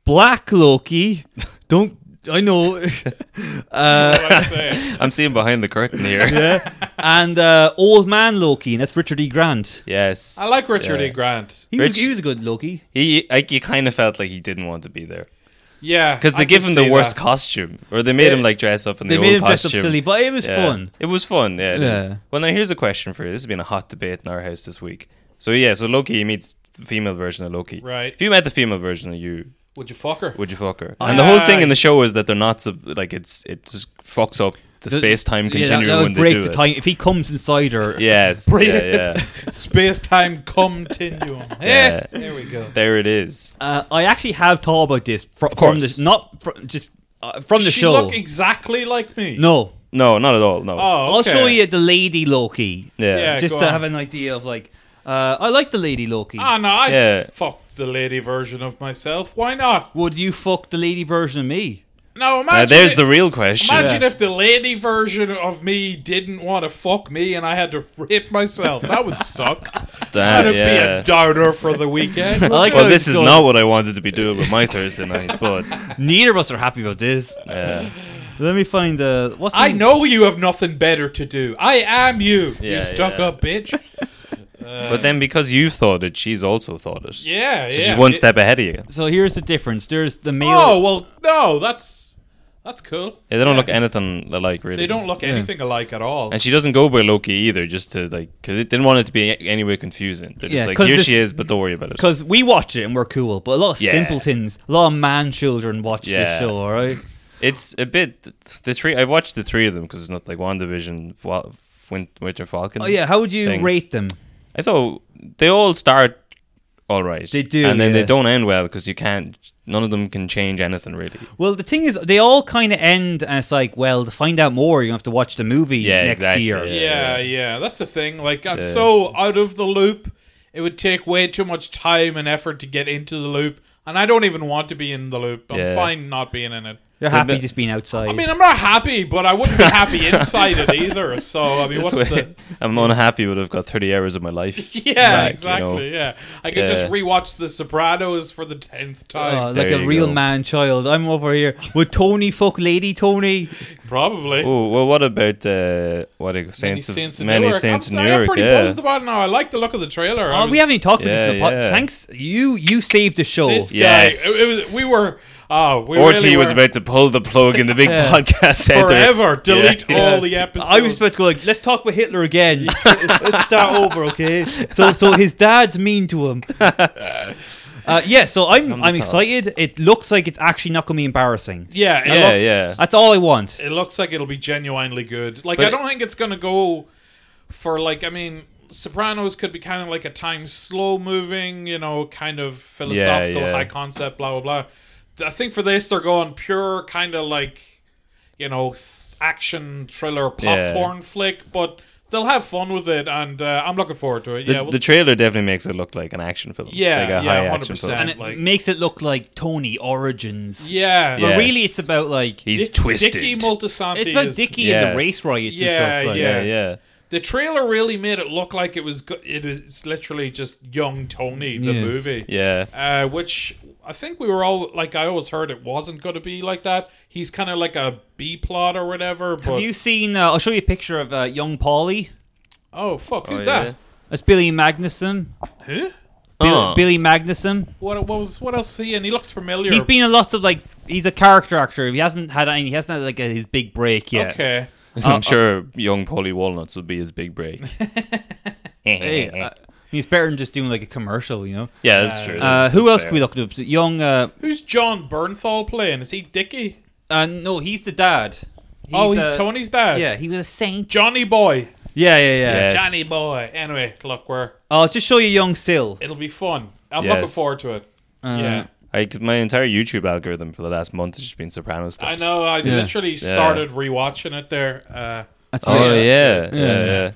Speaker 2: Black Loki. Don't I know?
Speaker 1: That's what I'm saying.
Speaker 3: I'm seeing behind the curtain here.
Speaker 2: and uh, Old Man Loki, and that's Richard E. Grant.
Speaker 3: Yes.
Speaker 1: I like Richard
Speaker 3: Yeah.
Speaker 1: E. Grant.
Speaker 2: He was,
Speaker 3: Rich-
Speaker 2: he was a good Loki.
Speaker 3: He like you kind of felt like he didn't want to be there
Speaker 1: Yeah,
Speaker 3: because
Speaker 1: I
Speaker 3: they give
Speaker 1: can
Speaker 3: him the
Speaker 1: see
Speaker 3: worst
Speaker 1: that.
Speaker 3: costume, or they made him like dress up in
Speaker 2: They
Speaker 3: the
Speaker 2: made
Speaker 3: old
Speaker 2: him dress
Speaker 3: costume.
Speaker 2: up silly, but it was
Speaker 3: Yeah.
Speaker 2: fun.
Speaker 3: It was fun. Yeah. It is.
Speaker 2: Yeah.
Speaker 3: Well, now here's a question for you. This has been a hot debate in our house this week. So yeah, so Loki he meets the female version of Loki.
Speaker 1: Right.
Speaker 3: If you met the female version of you,
Speaker 1: Would you fuck her?
Speaker 3: would you fuck her? And the whole thing
Speaker 1: Aye.
Speaker 3: in the show is that they're not sub- like it's it just fucks up the
Speaker 2: The-
Speaker 3: space time
Speaker 2: Yeah,
Speaker 3: continuum
Speaker 2: that, that
Speaker 3: when
Speaker 2: would break
Speaker 3: they do
Speaker 2: the
Speaker 3: it.
Speaker 2: time if he comes inside her.
Speaker 3: Yes.
Speaker 1: Brilliant.
Speaker 3: Yeah, yeah.
Speaker 1: Space time continuum. yeah.
Speaker 3: Yeah.
Speaker 1: there we go.
Speaker 3: There it is.
Speaker 2: Uh, I actually have thought about this fr- from
Speaker 3: course.
Speaker 2: this, not fr- just uh, from
Speaker 1: Does
Speaker 2: the
Speaker 1: she
Speaker 2: show.
Speaker 1: look exactly like me.
Speaker 2: no,
Speaker 3: No, not at all. No.
Speaker 1: Oh,
Speaker 2: I'll
Speaker 1: okay.
Speaker 2: show you the lady Loki,
Speaker 3: yeah.
Speaker 1: yeah.
Speaker 2: just
Speaker 1: go
Speaker 2: to
Speaker 1: on.
Speaker 2: have an idea of like. Uh, I like the lady Loki.
Speaker 1: Ah, no, I'd
Speaker 3: Yeah.
Speaker 1: fuck the lady version of myself. Why not?
Speaker 2: Would you fuck the lady version of me?
Speaker 1: No,
Speaker 3: Now,
Speaker 1: imagine.
Speaker 3: there's
Speaker 1: it-
Speaker 3: the real question.
Speaker 1: Imagine if the lady version of me didn't want to fuck me and I had to rape myself. That would suck.
Speaker 3: Damn,
Speaker 1: That'd be
Speaker 3: Uh, yeah.
Speaker 1: a downer for the weekend.
Speaker 2: I like
Speaker 3: well,
Speaker 2: how
Speaker 3: this
Speaker 2: it's
Speaker 3: is
Speaker 2: done.
Speaker 3: not what I wanted to be doing with my Thursday night, but
Speaker 2: Neither of us are happy about this.
Speaker 3: yeah,
Speaker 2: Let me find uh, what's
Speaker 1: I
Speaker 2: the-
Speaker 1: know you have nothing better to do. I am you,
Speaker 3: Yeah,
Speaker 1: you stuck
Speaker 3: yeah.
Speaker 1: up bitch.
Speaker 3: but then because you've thought it, she's also thought it.
Speaker 1: Yeah,
Speaker 3: so
Speaker 1: yeah.
Speaker 3: she's one
Speaker 1: It-
Speaker 3: step ahead of you.
Speaker 2: So here's the difference. There's the male.
Speaker 1: Oh well, no, that's that's cool.
Speaker 3: Yeah, they don't look anything alike, really.
Speaker 1: They don't look anything alike at all.
Speaker 3: And she doesn't go by Loki either, just to like, because they didn't want it to be any way confusing. They're just
Speaker 2: Yeah,
Speaker 3: like,
Speaker 2: 'cause
Speaker 3: here
Speaker 2: this-
Speaker 3: she is, but don't worry about it.
Speaker 2: Because we watch it and we're cool, but a lot of
Speaker 3: Yeah.
Speaker 2: simpletons, a lot of man children watch
Speaker 3: Yeah.
Speaker 2: this show, alright?
Speaker 3: It's a bit the three. I've watched the three of them because it's not like WandaVision, Wa- Win- Winter Falcon.
Speaker 2: Oh, yeah, how would you
Speaker 3: Thing.
Speaker 2: rate them?
Speaker 3: I thought they all start all right.
Speaker 2: They do,
Speaker 3: and then they
Speaker 2: yeah.
Speaker 3: don't end well because you can't. None of them can change anything really.
Speaker 2: Well, the thing is, they all kind of end and it's like, well, to find out more, you have to watch the movie
Speaker 3: Yeah,
Speaker 2: next
Speaker 3: exactly,
Speaker 2: year.
Speaker 3: yeah.
Speaker 1: yeah, yeah, that's the thing. Like I'm so out of the loop. It would take way too much time and effort to get into the loop, and I don't even want to be in the loop. I'm
Speaker 3: Yeah.
Speaker 1: fine not being in it.
Speaker 2: You're
Speaker 3: So
Speaker 2: happy
Speaker 3: the-
Speaker 2: just being outside.
Speaker 1: I mean, I'm not happy, but I wouldn't be happy inside it either. So I mean,
Speaker 3: This
Speaker 1: what's
Speaker 3: way,
Speaker 1: the
Speaker 3: I'm unhappy, but I've got 30 hours of my life.
Speaker 1: yeah,
Speaker 3: back, you
Speaker 1: exactly,
Speaker 3: know.
Speaker 1: yeah. I could just
Speaker 3: Yeah.
Speaker 1: rewatch The Sopranos for the tenth
Speaker 2: Oh,
Speaker 1: time,
Speaker 2: like
Speaker 3: There
Speaker 2: a
Speaker 3: you
Speaker 2: real
Speaker 3: go.
Speaker 2: man child. I'm over here. Would Tony fuck Lady Tony?
Speaker 1: probably.
Speaker 3: Oh well, what about uh, what are Saints of
Speaker 1: Saints in
Speaker 3: many
Speaker 1: Newark.
Speaker 3: Saints
Speaker 1: I'm
Speaker 3: in
Speaker 1: sorry, I'm
Speaker 3: Newark?
Speaker 1: pretty
Speaker 3: yeah.
Speaker 1: buzzed about it now. I like the look of the trailer. I
Speaker 2: Oh, we
Speaker 1: was-
Speaker 2: haven't even talked about this in the
Speaker 3: Yeah,
Speaker 2: pod.
Speaker 3: yeah.
Speaker 2: Thanks. You you saved the show.
Speaker 1: This
Speaker 3: Oh, Yes.
Speaker 1: guy, it- it was- we were. Oh, we
Speaker 3: Orty
Speaker 1: really
Speaker 3: was
Speaker 1: were
Speaker 3: about to pull the plug in the big
Speaker 2: Yeah.
Speaker 3: podcast center.
Speaker 1: forever. Delete
Speaker 3: Yeah.
Speaker 1: all the episodes.
Speaker 2: I was about to go like, let's talk about Hitler again. let's start over, okay? So, so his dad's mean to him. Uh, yeah, so I'm I'm
Speaker 3: top.
Speaker 2: excited. It looks like it's actually not going to be embarrassing.
Speaker 1: Yeah, it
Speaker 3: Yeah,
Speaker 1: looks,
Speaker 3: yeah.
Speaker 2: That's all I want.
Speaker 1: It looks like it'll be genuinely good. Like
Speaker 3: But
Speaker 1: I don't think it's gonna go for like. I mean, Sopranos could be kind of like a time slow moving, you know, kind of philosophical,
Speaker 3: yeah.
Speaker 1: high concept, blah blah blah. I think for this they're going pure kind of like, you know, s- action thriller
Speaker 3: Yeah.
Speaker 1: popcorn flick, but. They'll have fun with it, and uh, I'm looking forward to it.
Speaker 3: The,
Speaker 1: yeah, we'll
Speaker 3: the trailer definitely makes it look like an action film.
Speaker 1: Yeah,
Speaker 3: like a
Speaker 1: yeah,
Speaker 3: high action
Speaker 1: 100%.
Speaker 3: film.
Speaker 2: And it
Speaker 1: Like-
Speaker 2: makes it look like Tony Origins.
Speaker 1: Yeah.
Speaker 2: But
Speaker 3: Yeah.
Speaker 2: really,
Speaker 3: Yes.
Speaker 2: it's about like
Speaker 3: He's
Speaker 1: Dick-
Speaker 3: twisted.
Speaker 1: Dicky Moltisanti.
Speaker 2: it's about
Speaker 1: is-
Speaker 2: Dickie and
Speaker 3: Yes.
Speaker 2: the race riots
Speaker 1: Yeah,
Speaker 2: and stuff. Like.
Speaker 1: yeah.
Speaker 3: yeah, yeah.
Speaker 1: The trailer really made it look like it was. Go- it is literally just young Tony the
Speaker 2: Yeah.
Speaker 1: movie.
Speaker 3: Yeah.
Speaker 1: Uh, which I think we were all like. I always heard it wasn't going to be like that. He's kind of like a B plot or whatever. But
Speaker 2: Have you seen? Uh, I'll show you a picture of uh, young Paulie.
Speaker 1: oh fuck, who's
Speaker 3: Oh,
Speaker 1: that?
Speaker 2: That's Billy Magnuson.
Speaker 1: Huh?
Speaker 2: Bill-
Speaker 3: Oh.
Speaker 2: Billy Magnuson.
Speaker 1: What, what was what else is he? And he looks familiar.
Speaker 2: He's been in lots of like. He's a character actor. He hasn't had any. He hasn't had like a, his big break yet.
Speaker 1: okay.
Speaker 3: I'm sure young Polly Walnuts would be his big break.
Speaker 2: Hey, uh, he's better than just doing like a commercial, you know.
Speaker 3: yeah, that's true.
Speaker 2: Uh,
Speaker 3: That's-
Speaker 2: who
Speaker 3: that's
Speaker 2: else
Speaker 3: fair.
Speaker 2: can we look up? Young. Uh,
Speaker 1: Who's John Bernthal playing? Is he Dicky?
Speaker 2: uh, no, he's the dad.
Speaker 1: oh, he's
Speaker 2: uh,
Speaker 1: Tony's dad.
Speaker 2: Yeah, he was a saint.
Speaker 1: Johnny Boy.
Speaker 2: Yeah, yeah, yeah.
Speaker 3: Yes.
Speaker 1: Johnny Boy. Anyway, look, we're
Speaker 2: I'll just show you young Sil.
Speaker 1: it'll be fun. I'm looking
Speaker 3: Yes.
Speaker 1: forward to it.
Speaker 2: Uh,
Speaker 1: yeah.
Speaker 3: I, 'cause my entire YouTube algorithm for the last month has just been Soprano stuff.
Speaker 1: I know. I
Speaker 2: Yeah.
Speaker 1: literally started rewatching it there. Uh,
Speaker 2: That's
Speaker 3: Oh
Speaker 2: it.
Speaker 3: yeah, yeah,
Speaker 2: Yeah.
Speaker 3: yeah.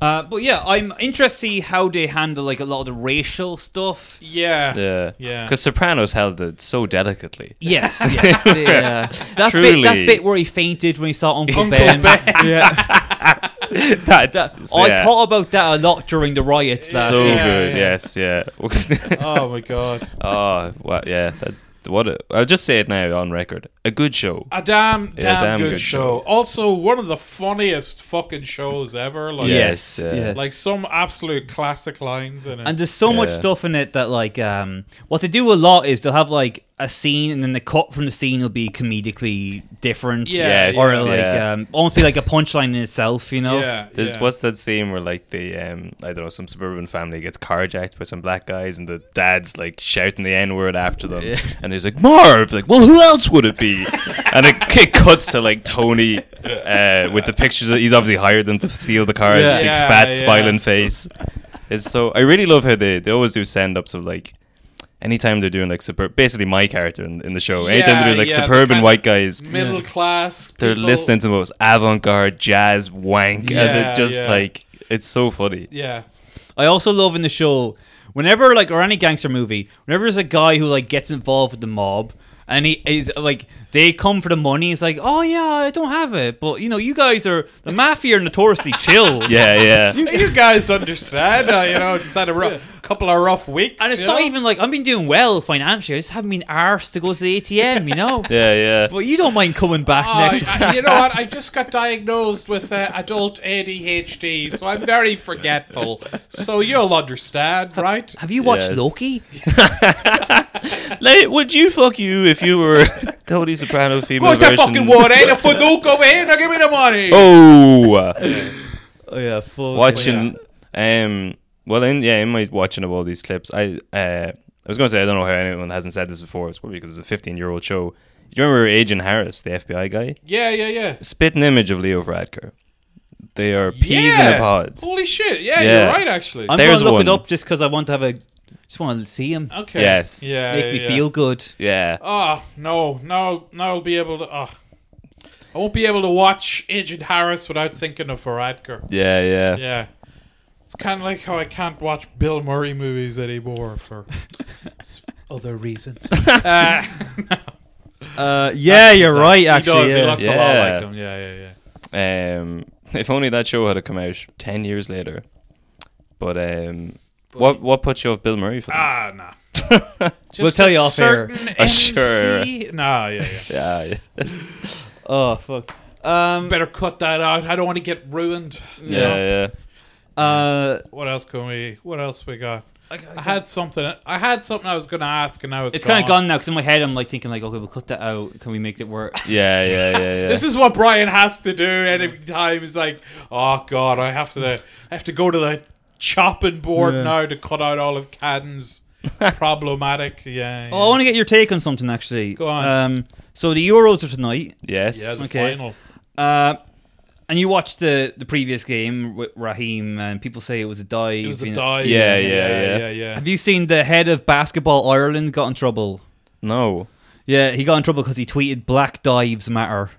Speaker 2: Uh, but yeah, I'm interested to see how they handle like a lot of the racial stuff.
Speaker 1: yeah.
Speaker 3: yeah.
Speaker 1: Yeah.
Speaker 3: Because Sopranos held it so delicately.
Speaker 2: Yes, yes. they, uh, that bit, that
Speaker 3: Truly.
Speaker 2: bit where he fainted when he saw Uncle,
Speaker 1: Uncle
Speaker 2: Ben.
Speaker 1: Ben.
Speaker 2: yeah.
Speaker 3: That's,
Speaker 2: I
Speaker 3: yeah.
Speaker 2: thought about that a lot during the riots. That
Speaker 3: so
Speaker 1: Yeah,
Speaker 3: good.
Speaker 1: yeah.
Speaker 3: Yes, yeah.
Speaker 1: Oh my god.
Speaker 3: Oh, well, yeah. That, what a, I'll just say it now on record. A good show.
Speaker 1: A damn, damn,
Speaker 3: Yeah, damn
Speaker 1: good,
Speaker 3: good
Speaker 1: show.
Speaker 3: show.
Speaker 1: Also, one of the funniest fucking shows ever. Like,
Speaker 2: Yes,
Speaker 3: Yes, yeah.
Speaker 2: yes.
Speaker 1: like some absolute classic lines in it.
Speaker 2: and there's so much
Speaker 3: Yeah.
Speaker 2: stuff in it that like um, what they do a lot is they'll have like a scene and then the cut from the scene will be comedically different.
Speaker 1: Yeah, Yes,
Speaker 2: or like
Speaker 3: yeah.
Speaker 2: um, almost be like a punchline in itself. You know.
Speaker 1: yeah,
Speaker 3: There's
Speaker 1: yeah.
Speaker 3: what's that scene where like the um I don't know some suburban family gets carjacked by some black guys and the dad's like shouting the n word after them and he's like Marv like well who else would it be and it, it cuts to like Tony uh, with the pictures that he's obviously hired them to steal the car
Speaker 2: Yeah.
Speaker 3: his big
Speaker 1: Yeah,
Speaker 3: fat
Speaker 1: yeah.
Speaker 3: smiling face it's so I really love how they they always do send ups of like. Anytime they're doing like suburb, basically my character in, in the show. Anytime
Speaker 1: Yeah,
Speaker 3: they're doing like
Speaker 1: yeah, the
Speaker 3: suburban
Speaker 1: kind
Speaker 3: white guys,
Speaker 1: middle class.
Speaker 3: they're
Speaker 1: people.
Speaker 3: listening to the most avant-garde jazz wank
Speaker 1: Yeah,
Speaker 3: and it just
Speaker 1: yeah.
Speaker 3: like it's so funny
Speaker 1: Yeah,
Speaker 2: I also love in the show whenever like or any gangster movie, whenever there's a guy who like gets involved with the mob and he is like they come for the money. It's like, oh yeah, I don't have it, but you know, you guys are the mafia are notoriously chill.
Speaker 3: Yeah, yeah.
Speaker 1: You guys understand? Uh, you know, just had a rough, couple of rough weeks.
Speaker 2: And it's
Speaker 1: you
Speaker 2: not
Speaker 1: know?
Speaker 2: even like I've been doing well financially. I just haven't been arsed to go to the ATM, you know.
Speaker 3: Yeah, yeah.
Speaker 2: But you don't mind coming back
Speaker 1: Oh,
Speaker 2: next.
Speaker 1: I- I- you know what? I just got diagnosed with uh, adult ADHD, so I'm very forgetful. So you'll understand, right?
Speaker 2: Have you watched
Speaker 3: Yes.
Speaker 2: Loki?
Speaker 3: Like, would you fuck you if you were Tony Soprano female
Speaker 1: What's that
Speaker 3: version?
Speaker 1: fucking water? Ain't a fadook over here. Now give me the money.
Speaker 3: Oh,
Speaker 2: Oh yeah, fuck.
Speaker 3: watching. Um. Well, in yeah, in my watching of all these clips, I uh, I was going to say I don't know how anyone hasn't said this before. It's probably because it's a 15 year old show. Do you remember Agent Harris, the FBI guy?
Speaker 1: Yeah, yeah, yeah.
Speaker 3: Spitting image of Leo Radker. They are peas in
Speaker 1: Yeah.
Speaker 3: a pod.
Speaker 1: Holy shit! Yeah,
Speaker 3: Yeah.
Speaker 1: you're right. Actually.
Speaker 2: I'm
Speaker 3: There's
Speaker 2: gonna look
Speaker 3: one.
Speaker 2: it up just because I want to have a. Just want to see him.
Speaker 1: okay.
Speaker 3: Yes.
Speaker 1: Yeah.
Speaker 2: Make
Speaker 1: yeah,
Speaker 2: me
Speaker 1: Uh, yeah.
Speaker 2: feel good.
Speaker 3: Yeah.
Speaker 1: Oh no! Now, now I'll be able to. Oh, I won't be able to watch Agent Harris without thinking of Varadkar.
Speaker 3: Yeah, yeah.
Speaker 1: Yeah. It's kind of like how I can't watch Bill Murray movies anymore for s- other reasons. Uh,
Speaker 2: Uh, yeah, you're right. Actually,
Speaker 1: he does. He looks a lot
Speaker 3: Yeah.
Speaker 1: like him. Yeah, yeah, yeah.
Speaker 3: Um, if only that show had come out ten years later. But um, what what put you off Bill Murray for this?
Speaker 1: Ah, nah. Just
Speaker 2: We'll tell
Speaker 1: a
Speaker 2: you off air.
Speaker 1: certain
Speaker 3: Uh, sure.
Speaker 1: MC Nah, yeah, yeah.
Speaker 3: Yeah, yeah.
Speaker 2: oh fuck. Um,
Speaker 1: Better cut that out. I don't want to get ruined. you
Speaker 3: yeah,
Speaker 1: know?
Speaker 3: yeah.
Speaker 2: uh,
Speaker 1: What else can we? What else we got? I had something. I had something I was gonna ask, and now it's
Speaker 2: it's kind of gone now because in my head I'm like thinking like, okay, we'll cut that out. Can we make it work?
Speaker 3: Yeah, yeah, yeah, yeah.
Speaker 1: This is what Brian has to do every time. He's like, "Oh God, I have to, I have to go to the chopping board now to cut out all of Cadden's problematic." Yeah. yeah.
Speaker 2: Oh, I want to get your take on something actually.
Speaker 1: Go on.
Speaker 2: Um, so the Euros are tonight,
Speaker 3: yes.
Speaker 1: yeah, the
Speaker 2: Okay.
Speaker 1: final.
Speaker 2: uh, and you watched the the previous game with Raheem, and people say it was a dive.
Speaker 1: It was a
Speaker 2: you know.
Speaker 1: dive.
Speaker 3: Yeah, yeah, yeah.
Speaker 1: yeah, yeah.
Speaker 2: Have you seen the head of basketball Ireland got in trouble?
Speaker 3: No.
Speaker 2: Yeah, he got in trouble because he tweeted "Black dives matter."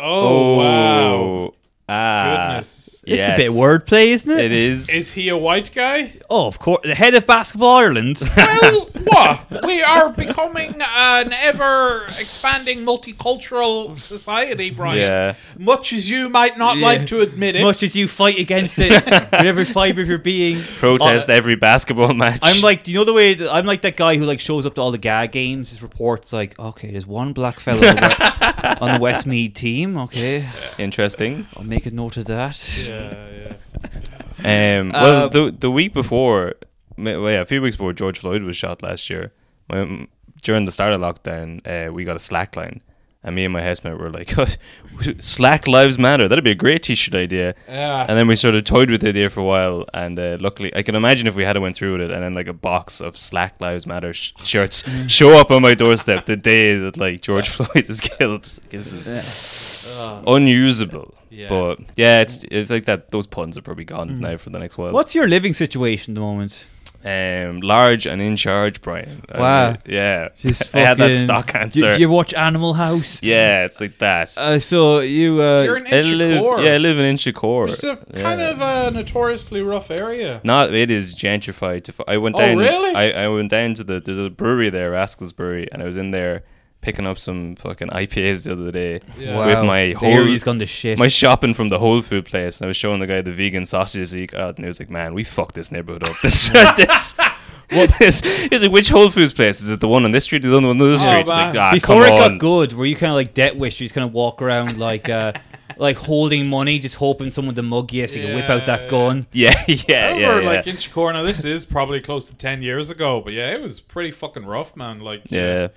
Speaker 1: Oh, wow,
Speaker 3: Ah.
Speaker 1: goodness.
Speaker 2: It's a
Speaker 3: yes.
Speaker 2: bit wordplay, isn't it?
Speaker 3: It is.
Speaker 1: Is he a white guy?
Speaker 2: Oh, of course, the head of basketball Ireland.
Speaker 1: Well, what? We are becoming uh, an ever expanding multicultural society, Brian.
Speaker 3: Yeah.
Speaker 1: Much as you might not
Speaker 2: Yeah.
Speaker 1: like to admit it.
Speaker 2: much as you fight against it with every fiber of your being.
Speaker 3: Protest
Speaker 2: Uh,
Speaker 3: every basketball match.
Speaker 2: I'm like, do you know the way that I'm like that guy who like shows up to all the gag games, his reports like, okay, there's one black fella on the- on the Westmead team. Okay,
Speaker 3: interesting.
Speaker 2: I'll make a note of that.
Speaker 1: yeah, yeah.
Speaker 3: Um, well,
Speaker 2: Uh,
Speaker 3: the the week before, ma- well, yeah, a few weeks before George Floyd was shot last year, my, during the start of lockdown, uh, we got a Slack line, and me and my housemate were like, "Slack lives matter." That'd be a great T-shirt idea.
Speaker 1: Yeah.
Speaker 3: And then we sort of toyed with the idea for a while, and uh, luckily, I can imagine if we had went through with it, and then like a box of Slack Lives Matter sh- shirts show up on my doorstep the day that like George Floyd is killed. This is unusable. But yeah, Mm-hmm. it's it's like that. Those puns are probably gone now for the next while.
Speaker 2: What's your living situation at the moment?
Speaker 3: Um, large and in charge, Brian. I
Speaker 2: Wow.
Speaker 3: mean, yeah. I had that stock answer.
Speaker 2: You, watch Animal House?
Speaker 3: yeah, it's like that.
Speaker 2: Uh, so you, uh,
Speaker 1: You're an
Speaker 3: I
Speaker 1: inch
Speaker 3: live, yeah, I live in Inchicore.
Speaker 1: It's a kind of a notoriously rough area.
Speaker 3: Not it is gentrified. To f- I went
Speaker 1: Oh,
Speaker 3: down.
Speaker 1: really?
Speaker 3: I, I went down to the there's a brewery there, Rascals Brewery, and I was in there picking up some fucking IPAs the other day
Speaker 1: Yeah.
Speaker 3: with my
Speaker 2: the area's
Speaker 3: whole
Speaker 2: gone to shit.
Speaker 3: my shopping from the Whole Food place, and I was showing the guy the vegan sausages he got, and he was like, "Man, we fucked this neighborhood up." This this. What this? He's like, which Whole Foods place is it? The one on this street, or the one on the other street. It's like,
Speaker 1: Oh, man.
Speaker 3: ah,
Speaker 2: Before it
Speaker 3: come
Speaker 2: got
Speaker 3: on.
Speaker 2: good, were you kind of like debt wish? You just kind of walk around like, uh, like holding money, just hoping someone to mug you so you can whip out that
Speaker 1: Yeah.
Speaker 2: gun.
Speaker 3: yeah, yeah,
Speaker 1: I
Speaker 3: yeah,
Speaker 1: remember,
Speaker 3: yeah.
Speaker 1: like inch corner. This is probably close to ten years ago, but yeah, it was pretty fucking rough, man. Like,
Speaker 3: yeah,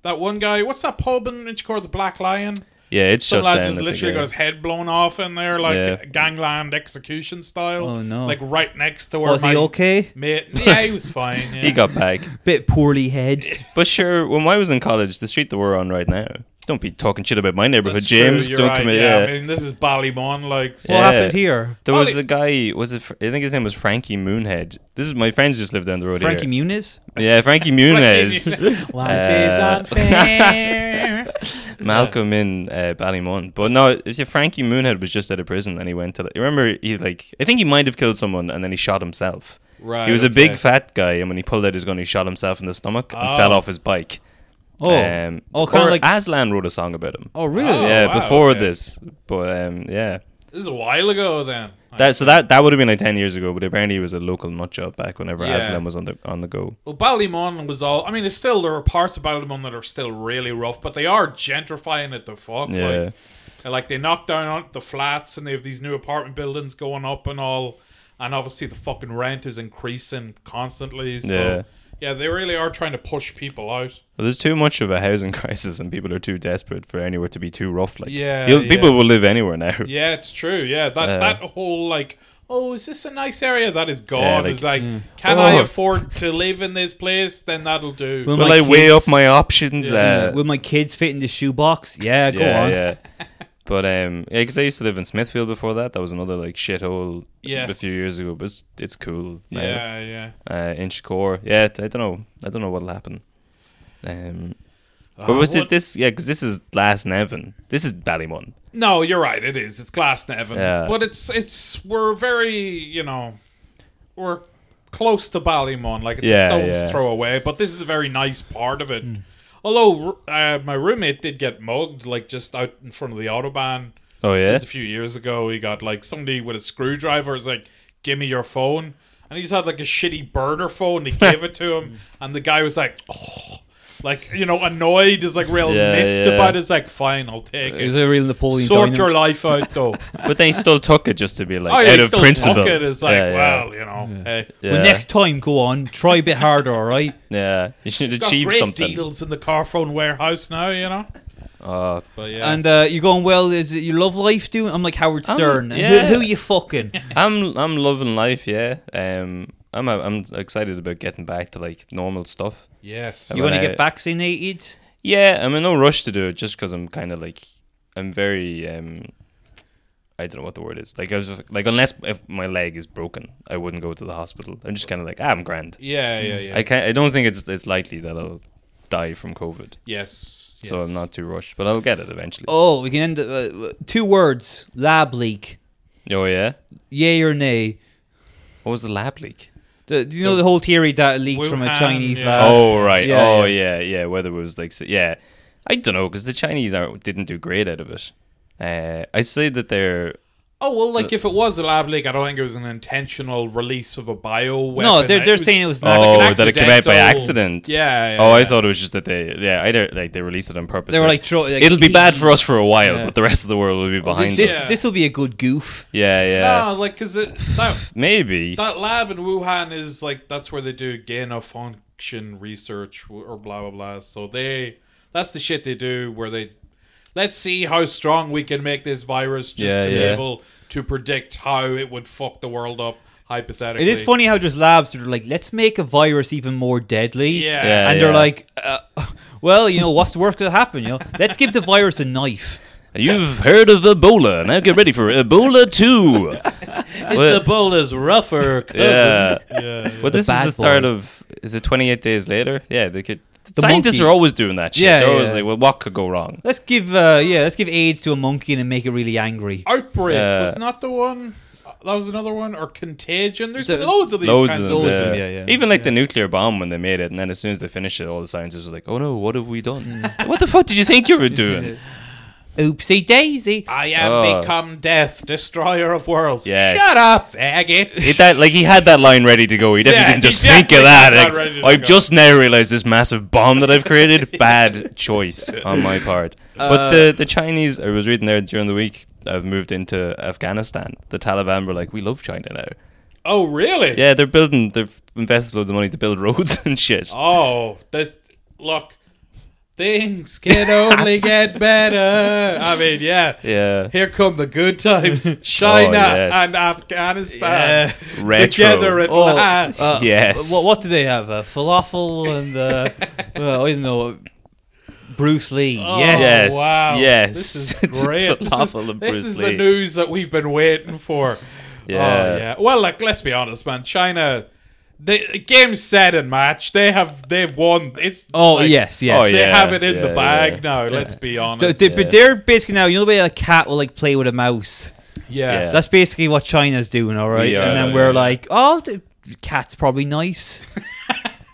Speaker 1: that one guy. What's that pub in Inchicore, the Black Lion?
Speaker 3: yeah. It's
Speaker 1: Some
Speaker 3: shut down.
Speaker 1: lad just
Speaker 3: I think,
Speaker 1: literally
Speaker 3: yeah.
Speaker 1: got his head blown off in there, like
Speaker 3: Yeah.
Speaker 1: gangland execution style.
Speaker 2: Oh, no.
Speaker 1: Like right next to where
Speaker 2: Was
Speaker 1: my
Speaker 2: he okay?
Speaker 1: mate. Yeah, he was fine. Yeah.
Speaker 3: He got back.
Speaker 2: Bit poorly head.
Speaker 3: But sure, when I was in college, the street that we're on right now, don't be talking shit about my neighborhood,
Speaker 1: That's
Speaker 3: James.
Speaker 1: true, you're
Speaker 3: don't
Speaker 1: right,
Speaker 3: commit.
Speaker 1: Yeah,
Speaker 3: Yeah,
Speaker 1: I mean, this is Ballymon. Like, so
Speaker 2: What
Speaker 3: Yeah.
Speaker 2: happened here?
Speaker 3: there was
Speaker 1: Ollie-
Speaker 3: a guy. Was it? Fr- I think his name was Frankie Moonhead. This is my friends just live down the road
Speaker 2: Frankie
Speaker 3: here.
Speaker 2: Muniz?
Speaker 3: yeah, Frankie Moonhead.
Speaker 2: Life
Speaker 3: Uh,
Speaker 2: unfair.
Speaker 3: Malcolm in uh, Ballymun. But no, it's- yeah, Frankie Moonhead was just out of prison and he went to. The, you remember he like? I think he might have killed someone and then he shot himself.
Speaker 1: Right,
Speaker 3: He was a
Speaker 1: Oh, okay.
Speaker 3: big fat guy, and when he pulled out his gun, he shot himself in the stomach and fell off his bike.
Speaker 2: Oh. Oh, kinda
Speaker 3: or
Speaker 2: like-
Speaker 3: Aslan wrote a song about him.
Speaker 2: Oh, really?
Speaker 1: Oh.
Speaker 3: yeah,
Speaker 1: wow,
Speaker 3: before
Speaker 1: okay.
Speaker 3: this, but um, yeah,
Speaker 1: This is a while ago then.
Speaker 3: that so that that would have been like ten years ago. But apparently, he was a local nut job back whenever
Speaker 1: Yeah.
Speaker 3: Aslan was on the on the go.
Speaker 1: Well, Ballymun was all. I mean, it's still there are parts of Ballymun that are still really rough, but they are gentrifying it the fuck.
Speaker 3: Yeah.
Speaker 1: Like, they're like they knock down on the flats, and they have these new apartment buildings going up and all, and obviously the fucking rent is increasing constantly. So yeah,
Speaker 3: Yeah.
Speaker 1: they really are trying to push people out.
Speaker 3: But there's too much of a housing crisis, and people are too desperate for anywhere to be too rough. Like,
Speaker 1: Yeah,
Speaker 3: you'll-
Speaker 1: yeah.
Speaker 3: people will live anywhere now.
Speaker 1: Yeah, it's true. Yeah, that
Speaker 3: Yeah.
Speaker 1: that whole like. Oh, is this a nice area? That is gone.
Speaker 3: Yeah, like-
Speaker 1: it's like, can I
Speaker 3: Oh.
Speaker 1: afford to live in this place? Then that'll do.
Speaker 2: Well,
Speaker 3: Will
Speaker 2: My
Speaker 3: I weigh
Speaker 2: kids-
Speaker 3: up my options?
Speaker 2: Yeah.
Speaker 3: Uh,
Speaker 2: Will my kids fit in the shoebox? Yeah, go
Speaker 3: yeah,
Speaker 2: on.
Speaker 3: yeah. But um, yeah, because I used to live in Smithfield before that. That was another like shithole a
Speaker 1: Yes.
Speaker 3: few years ago. But it's, it's cool. now.
Speaker 1: yeah, yeah.
Speaker 3: Uh, Inchcore. Yeah, I don't know. I don't know what'll happen. Um, but was
Speaker 1: what-
Speaker 3: it this? Yeah, because this is Last Nevin. This is Ballymun.
Speaker 1: No, you're right. It is. It's Glasnevin.
Speaker 3: Yeah.
Speaker 1: But it's it's we're very you know we're close to Ballymun, like it's
Speaker 3: Yeah,
Speaker 1: a stone's
Speaker 3: yeah.
Speaker 1: throw away. But this is a very nice part of it. Although uh, my roommate did get mugged, like just out in front of the autobahn.
Speaker 3: Oh
Speaker 1: It
Speaker 3: yeah.
Speaker 1: was a few years ago. He got like somebody with a screwdriver is like, "Give me your phone," and he's had like a shitty burner phone. He gave it to him, and the guy was like, "Oh." Like you know, annoyed is like real
Speaker 3: Yeah,
Speaker 1: miffed
Speaker 3: yeah.
Speaker 1: about. It's like fine, I'll take it.
Speaker 2: Is a real Napoleon?
Speaker 1: Sort
Speaker 2: Dynamite?
Speaker 1: your life out, though.
Speaker 3: But they still took it just to be like
Speaker 1: oh, yeah,
Speaker 3: out
Speaker 1: you
Speaker 3: of
Speaker 1: still
Speaker 3: principle.
Speaker 1: Talk it. It's like,
Speaker 3: yeah, yeah,
Speaker 1: well, you know, hey,
Speaker 3: yeah.
Speaker 2: Well, next time, go on. Try a bit harder, all right?
Speaker 3: yeah. You should
Speaker 1: got
Speaker 3: achieve
Speaker 1: great
Speaker 3: something.
Speaker 1: deals in the car phone warehouse now, you know.
Speaker 3: Oh,
Speaker 1: But yeah,
Speaker 2: And uh, you're going, well, is it your love life doing? I'm like Howard
Speaker 3: Um,
Speaker 2: Stern. Who-
Speaker 3: yeah.
Speaker 2: Who, you fucking?
Speaker 3: I'm I'm loving life. Yeah. Um, I'm I'm excited about getting back to like normal stuff.
Speaker 1: yes,
Speaker 2: You want to
Speaker 3: Well,
Speaker 2: get
Speaker 3: I-
Speaker 2: vaccinated?
Speaker 3: Yeah, I'm in no rush to do it just because I'm kind of like, I'm very, um, I don't know what the word is. Like, I was like, unless if my leg is broken, I wouldn't go to the hospital. I'm just kind of like, ah, I'm grand.
Speaker 1: yeah, yeah, yeah.
Speaker 3: I can't. I don't think it's it's likely that I'll die from COVID,
Speaker 1: yes,
Speaker 3: so I'm not too rushed. But I'll get it eventually. Oh,
Speaker 2: Oh, we can end. Uh, two words: lab leak.
Speaker 3: Oh, yeah.
Speaker 2: Yay or nay?
Speaker 3: What was the lab leak?
Speaker 2: The, do you know the whole theory that it leaks from a
Speaker 1: Wuhan,
Speaker 2: Chinese
Speaker 1: yeah.
Speaker 2: lab?
Speaker 3: oh right.
Speaker 2: Uh, yeah,
Speaker 3: oh yeah. yeah, Whether it was like, s- yeah, I don't know because the Chinese are, didn't do great out of it. Uh, I say that they're.
Speaker 1: Oh well, like if it was a lab leak, I don't think it was an intentional release of a bio weapon.
Speaker 2: no, they're, they're saying it was not.
Speaker 3: Oh,
Speaker 1: an
Speaker 3: that it came out by
Speaker 1: accidental-
Speaker 3: accident.
Speaker 1: Yeah. yeah
Speaker 3: Oh, I
Speaker 1: yeah.
Speaker 3: thought it was just that they, yeah, either like they released it on purpose.
Speaker 2: They were
Speaker 3: but
Speaker 2: like, tro- like
Speaker 3: it'll be bad for us for a while,
Speaker 2: Yeah. Oh,
Speaker 3: but the rest of the world will be behind
Speaker 2: This
Speaker 3: us.
Speaker 1: Yeah.
Speaker 2: this will be a good goof.
Speaker 3: Yeah, yeah,
Speaker 1: No, like because that
Speaker 3: maybe.
Speaker 1: that lab in Wuhan is like that's where they do gain of function research or blah blah blah. So they that's the shit they do where they let's see how strong we can make this virus just
Speaker 3: Yeah,
Speaker 1: to be
Speaker 3: yeah.
Speaker 1: able to predict how it would fuck the world up hypothetically.
Speaker 2: It is funny how just labs are like, let's make a virus even more deadly.
Speaker 1: Yeah.
Speaker 3: Yeah.
Speaker 2: and they're like, uh, well, you know, what's the worst that happen? You know, let's give the virus a knife.
Speaker 3: You've heard of Ebola, now get ready for Ebola two. Well,
Speaker 6: Ebola's rougher. cousin.
Speaker 3: yeah.
Speaker 1: Yeah.
Speaker 3: but this was
Speaker 2: bad
Speaker 3: the start
Speaker 2: boy.
Speaker 3: of is it twenty eight days later? Yeah, they could.
Speaker 2: The
Speaker 3: scientists
Speaker 2: monkey.
Speaker 3: are always doing that shit.
Speaker 2: Yeah,
Speaker 3: They're
Speaker 2: yeah.
Speaker 3: always like, well, what could go wrong?
Speaker 2: Let's give, uh, yeah, let's give AIDS to a monkey and then make it really angry.
Speaker 1: Outbreak
Speaker 3: Yeah.
Speaker 1: was not the one. That was another one, or contagion. There's
Speaker 2: The-
Speaker 1: loads of these
Speaker 3: Loads
Speaker 1: kinds
Speaker 3: of
Speaker 1: of
Speaker 3: them.
Speaker 2: always
Speaker 3: yeah.
Speaker 2: been- yeah, yeah.
Speaker 3: Even like the nuclear bomb when they made it, and then as soon as they finished it, all the scientists were like, "Oh no, what have we done? what the fuck did you think you were doing?"
Speaker 2: Oopsie daisy.
Speaker 1: I am
Speaker 3: Oh.
Speaker 1: become death, destroyer of worlds.
Speaker 3: Yes.
Speaker 1: Shut up, faggot.
Speaker 3: He that like he had that line ready to go. He definitely
Speaker 1: Yeah,
Speaker 3: didn't
Speaker 1: he
Speaker 3: just think of
Speaker 1: definitely
Speaker 3: that.
Speaker 1: had that
Speaker 3: Like,
Speaker 1: ready to
Speaker 3: I've
Speaker 1: go.
Speaker 3: just now realized this massive bomb that I've created. Bad choice on my part. but the the Chinese, I was reading there during the week. I've moved into Afghanistan. The Taliban were like, we love China now.
Speaker 1: Oh, really?
Speaker 3: Yeah, they're building. They've invested loads of money to build roads and shit.
Speaker 1: Oh, this, look, things can only get better. I mean, yeah.
Speaker 3: Yeah,
Speaker 1: Here come the good times. China
Speaker 3: Oh, yes.
Speaker 1: and Afghanistan
Speaker 3: retro.
Speaker 1: together at
Speaker 2: Oh,
Speaker 1: last.
Speaker 2: uh,
Speaker 3: Yes.
Speaker 2: What, what do they have? Uh, falafel and uh, well, I don't know. Bruce Lee. yeah.
Speaker 3: yes,
Speaker 1: Oh, wow.
Speaker 3: yes.
Speaker 1: This is
Speaker 3: It's
Speaker 1: great. This is,
Speaker 3: falafel and
Speaker 1: this
Speaker 3: Bruce
Speaker 1: is
Speaker 3: Lee.
Speaker 1: the news that we've been waiting for.
Speaker 3: Yeah.
Speaker 1: Oh, yeah. Well, like, let's be honest, man. China, they, game set and match. They have, they've won. It's
Speaker 2: Oh
Speaker 1: like,
Speaker 2: yes, yes.
Speaker 3: Oh,
Speaker 1: They
Speaker 3: yeah,
Speaker 1: have it in
Speaker 3: yeah,
Speaker 1: the bag
Speaker 3: yeah.
Speaker 1: now. Let's be
Speaker 2: So
Speaker 1: honest.
Speaker 2: they- But they're basically now. You know the way a cat will like play with a mouse.
Speaker 1: yeah.
Speaker 3: Yeah.
Speaker 2: That's basically what China's doing. All right,
Speaker 3: Yeah,
Speaker 2: and then
Speaker 3: yeah,
Speaker 2: we're
Speaker 3: yeah.
Speaker 2: like, oh, th- cat's probably nice.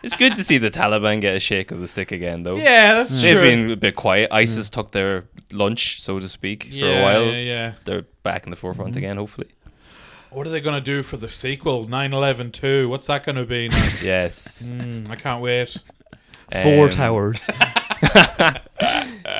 Speaker 3: It's good to see the Taliban get a shake of the stick again, though.
Speaker 1: Yeah, that's
Speaker 3: They've
Speaker 1: true.
Speaker 3: been a bit quiet. ISIS took their lunch, so to speak, for
Speaker 1: Yeah,
Speaker 3: a while.
Speaker 1: Yeah, Mm-hmm. yeah.
Speaker 3: They're back in the forefront again, hopefully.
Speaker 1: What are they going to do for the sequel, 9 2? What's that going to be? now?
Speaker 3: Yes.
Speaker 1: Mm, I can't wait.
Speaker 2: Four
Speaker 3: Um,
Speaker 2: towers.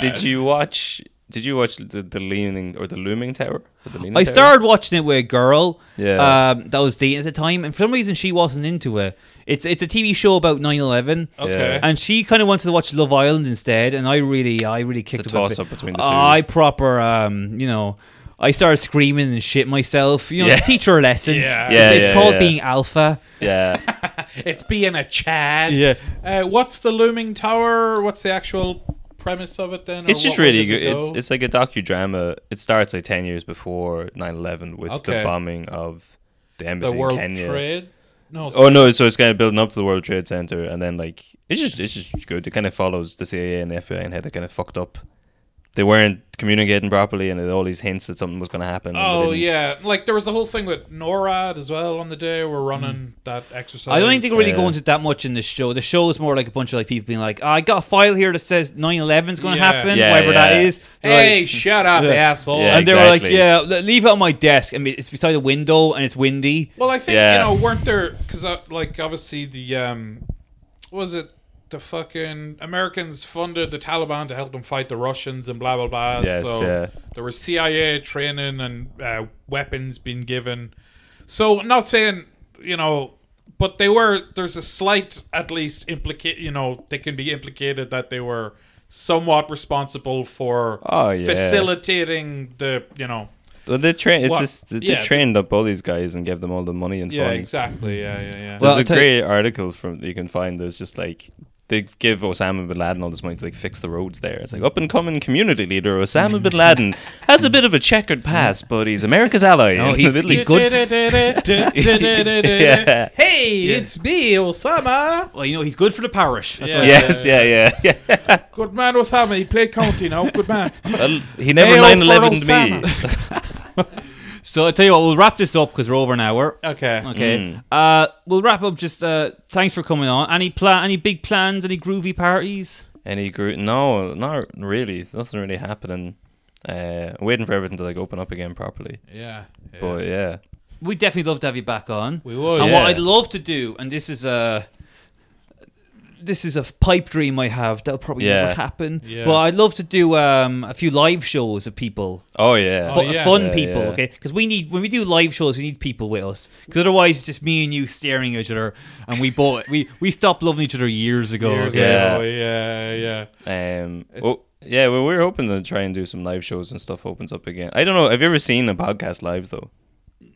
Speaker 3: Did you watch? Did you watch the, the leaning or the looming tower? Or the leaning
Speaker 2: I
Speaker 3: tower?
Speaker 2: started watching it with a girl.
Speaker 3: Yeah.
Speaker 2: Um, that was dating at the time, and for some reason she wasn't into it. It's it's a TV show about 9-11.
Speaker 1: Okay.
Speaker 2: And she kind of wanted to watch Love Island instead, and I really, I really kicked
Speaker 3: It's a
Speaker 2: it with
Speaker 3: toss-up
Speaker 2: bit.
Speaker 3: between the two.
Speaker 2: I proper, um, you know, I started screaming and shit myself. You know,
Speaker 3: Yeah.
Speaker 2: teach her a lesson.
Speaker 1: Yeah.
Speaker 2: It's-
Speaker 3: Yeah,
Speaker 2: it's
Speaker 3: yeah,
Speaker 2: called
Speaker 3: yeah.
Speaker 2: being alpha.
Speaker 3: Yeah.
Speaker 1: It's being a Chad.
Speaker 2: Yeah.
Speaker 1: Uh, what's the looming tower? What's the actual premise of it then? or
Speaker 3: it's just
Speaker 1: what way
Speaker 3: really
Speaker 1: did
Speaker 3: good.
Speaker 1: it
Speaker 3: It's
Speaker 1: go?
Speaker 3: it's like a docudrama. It starts like ten years before 9-11 with
Speaker 1: Okay.
Speaker 3: the bombing of the embassy
Speaker 1: the World
Speaker 3: in Kenya.
Speaker 1: Trade. No.
Speaker 3: Oh no! So it's kind of building up to the World Trade Center, and then like it's just it's just good. It kind of follows the CIA and the FBI and how they kind of fucked up. They weren't communicating properly, and there were all these hints that something was going to happen. and they
Speaker 1: Oh
Speaker 3: didn't.
Speaker 1: yeah, like there was the whole thing with NORAD as well on the day we're
Speaker 3: Mm.
Speaker 1: running that exercise.
Speaker 2: I don't think they really go
Speaker 3: Yeah.
Speaker 2: into it that much in the show. The show is more like a bunch of like people being like, "Ah, "I got a file here that says 9-11 is going to
Speaker 1: Yeah.
Speaker 2: happen,
Speaker 3: Yeah,
Speaker 2: whatever that
Speaker 3: yeah.
Speaker 2: is." They're like-
Speaker 1: Hey, shut up,
Speaker 2: Yeah.
Speaker 1: asshole!
Speaker 3: Yeah.
Speaker 2: and they
Speaker 3: exactly.
Speaker 2: were like, "Yeah, le- leave it on my desk." I mean, it's beside a window and it's windy.
Speaker 1: Well, I think
Speaker 3: Yeah.
Speaker 1: you know, weren't there? Because uh, like obviously the um, what was it the fucking Americans funded the Taliban to help them fight the Russians and blah blah blah.
Speaker 3: Yes,
Speaker 1: so
Speaker 3: yeah.
Speaker 1: there was CIA training and uh, weapons being given. So I'm not saying you know, but they were. There's a slight, at least, implicate. You know, they can be implicated that they were somewhat responsible for
Speaker 3: Oh, yeah.
Speaker 1: facilitating the you know.
Speaker 3: Well, they train. It's
Speaker 1: What?
Speaker 3: just they, they
Speaker 1: Yeah.
Speaker 3: trained up all these guys and gave them all the money and
Speaker 1: Yeah,
Speaker 3: funds.
Speaker 1: exactly. Yeah, yeah, yeah.
Speaker 2: Well,
Speaker 3: There's
Speaker 2: I'll
Speaker 3: a
Speaker 2: tell you-
Speaker 3: great article from that you can find. There's just like they give Osama bin Laden all this money to like fix the roads there. It's like up and coming community leader Osama bin Laden has a bit of a checkered past, but he's America's ally.
Speaker 2: No,
Speaker 3: in the
Speaker 2: he's-
Speaker 3: Middle
Speaker 2: he's
Speaker 3: East.
Speaker 2: good.
Speaker 1: yeah.
Speaker 3: Yeah.
Speaker 1: Hey, it's me, Osama.
Speaker 2: Well, you know, he's good for the parish. That's what I-
Speaker 3: Yes, yeah, yeah, yeah.
Speaker 1: Good man, Osama. He played county now. Good man.
Speaker 3: Well, he never
Speaker 1: Hail
Speaker 3: 9
Speaker 1: for
Speaker 3: 11 to me.
Speaker 1: Osama.
Speaker 2: So I tell you what, we'll wrap this up because we're over an hour.
Speaker 1: Okay.
Speaker 3: Mm.
Speaker 2: Okay. Uh, we'll wrap up. Just uh, thanks for coming on. Any plan? Any big plans? Any groovy parties?
Speaker 3: And he grew. No, not really. Nothing really happening. Uh, I'm waiting for everything to like open up again properly.
Speaker 1: Yeah. yeah.
Speaker 3: But yeah,
Speaker 2: We'd definitely love to have you back on.
Speaker 1: We would.
Speaker 2: and
Speaker 3: Oh, yeah.
Speaker 2: what I'd love to do, and this is a this is a pipe dream I have that'll probably
Speaker 3: Yeah.
Speaker 2: never happen.
Speaker 1: Yeah.
Speaker 2: But I'd love to do um, a few live shows of people,
Speaker 3: oh yeah,
Speaker 1: Oh,
Speaker 2: fu-
Speaker 1: yeah.
Speaker 2: fun
Speaker 3: Yeah,
Speaker 2: people.
Speaker 3: yeah.
Speaker 2: Okay, because we need when we do live shows, we need people with us. Because otherwise, it's just me and you staring at each other, and we both we we stopped loving each other years ago.
Speaker 1: Years
Speaker 2: okay?
Speaker 3: Yeah.
Speaker 1: ago, yeah, yeah.
Speaker 3: Um, oh, yeah, well, we're hoping to try and do some live shows and stuff opens up again. I don't know. Have you ever seen a podcast live though?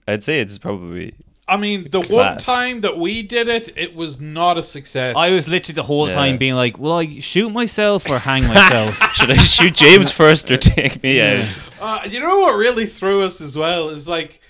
Speaker 3: I'd say it's probably
Speaker 1: I mean, the one
Speaker 3: Class.
Speaker 1: time that we did it, it was not a success.
Speaker 2: I was literally the whole
Speaker 3: Yeah.
Speaker 2: time being like, "Will I shoot myself or hang myself?"
Speaker 3: should I shoot James first or take me out?
Speaker 1: Uh, you know what really threw us as well is like,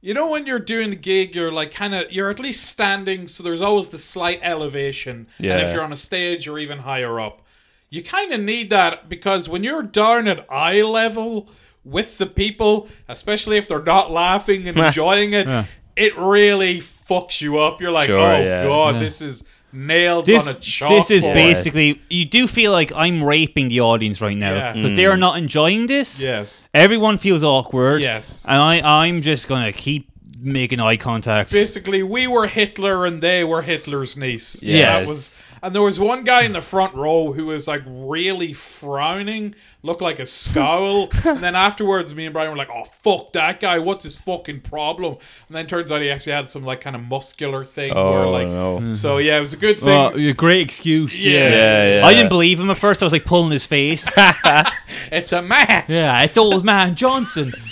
Speaker 1: you know, when you're doing a gig, you're like kind of, you're at least standing, so there's always the slight elevation. And if
Speaker 3: Yeah.
Speaker 1: you're on a stage or even higher up, you kind of need that because when you're down at eye level with the people, especially if they're not laughing and enjoying it, it really fucks you up. You're like,
Speaker 3: Sure,
Speaker 1: oh
Speaker 3: yeah.
Speaker 1: god, this is nails on a
Speaker 2: this,
Speaker 1: chalkboard.
Speaker 2: this is
Speaker 3: Yes.
Speaker 2: basically you do feel like I'm raping the audience right now
Speaker 1: Yeah.
Speaker 2: because they are
Speaker 3: Hmm.
Speaker 2: not enjoying this.
Speaker 1: yes.
Speaker 2: Everyone feels awkward.
Speaker 1: Yes.
Speaker 2: And I, I'm just gonna keep making eye contact.
Speaker 1: basically we were Hitler and they were Hitler's niece.
Speaker 3: Yes.
Speaker 1: That was and there was one guy in the front row who was like really frowning, looked like a scowl. and then afterwards me and Brian were like, Oh fuck that guy, what's his fucking problem? And then turns out he actually had some like kind of muscular thing where
Speaker 3: Oh
Speaker 1: like
Speaker 3: no!
Speaker 1: so yeah, it was a good thing.
Speaker 2: Oh, a great excuse.
Speaker 1: Yeah.
Speaker 2: Yeah.
Speaker 3: Yeah, yeah.
Speaker 2: I didn't believe him at first. I was like pulling his face.
Speaker 1: it's a match.
Speaker 2: yeah, it's old man Johnson.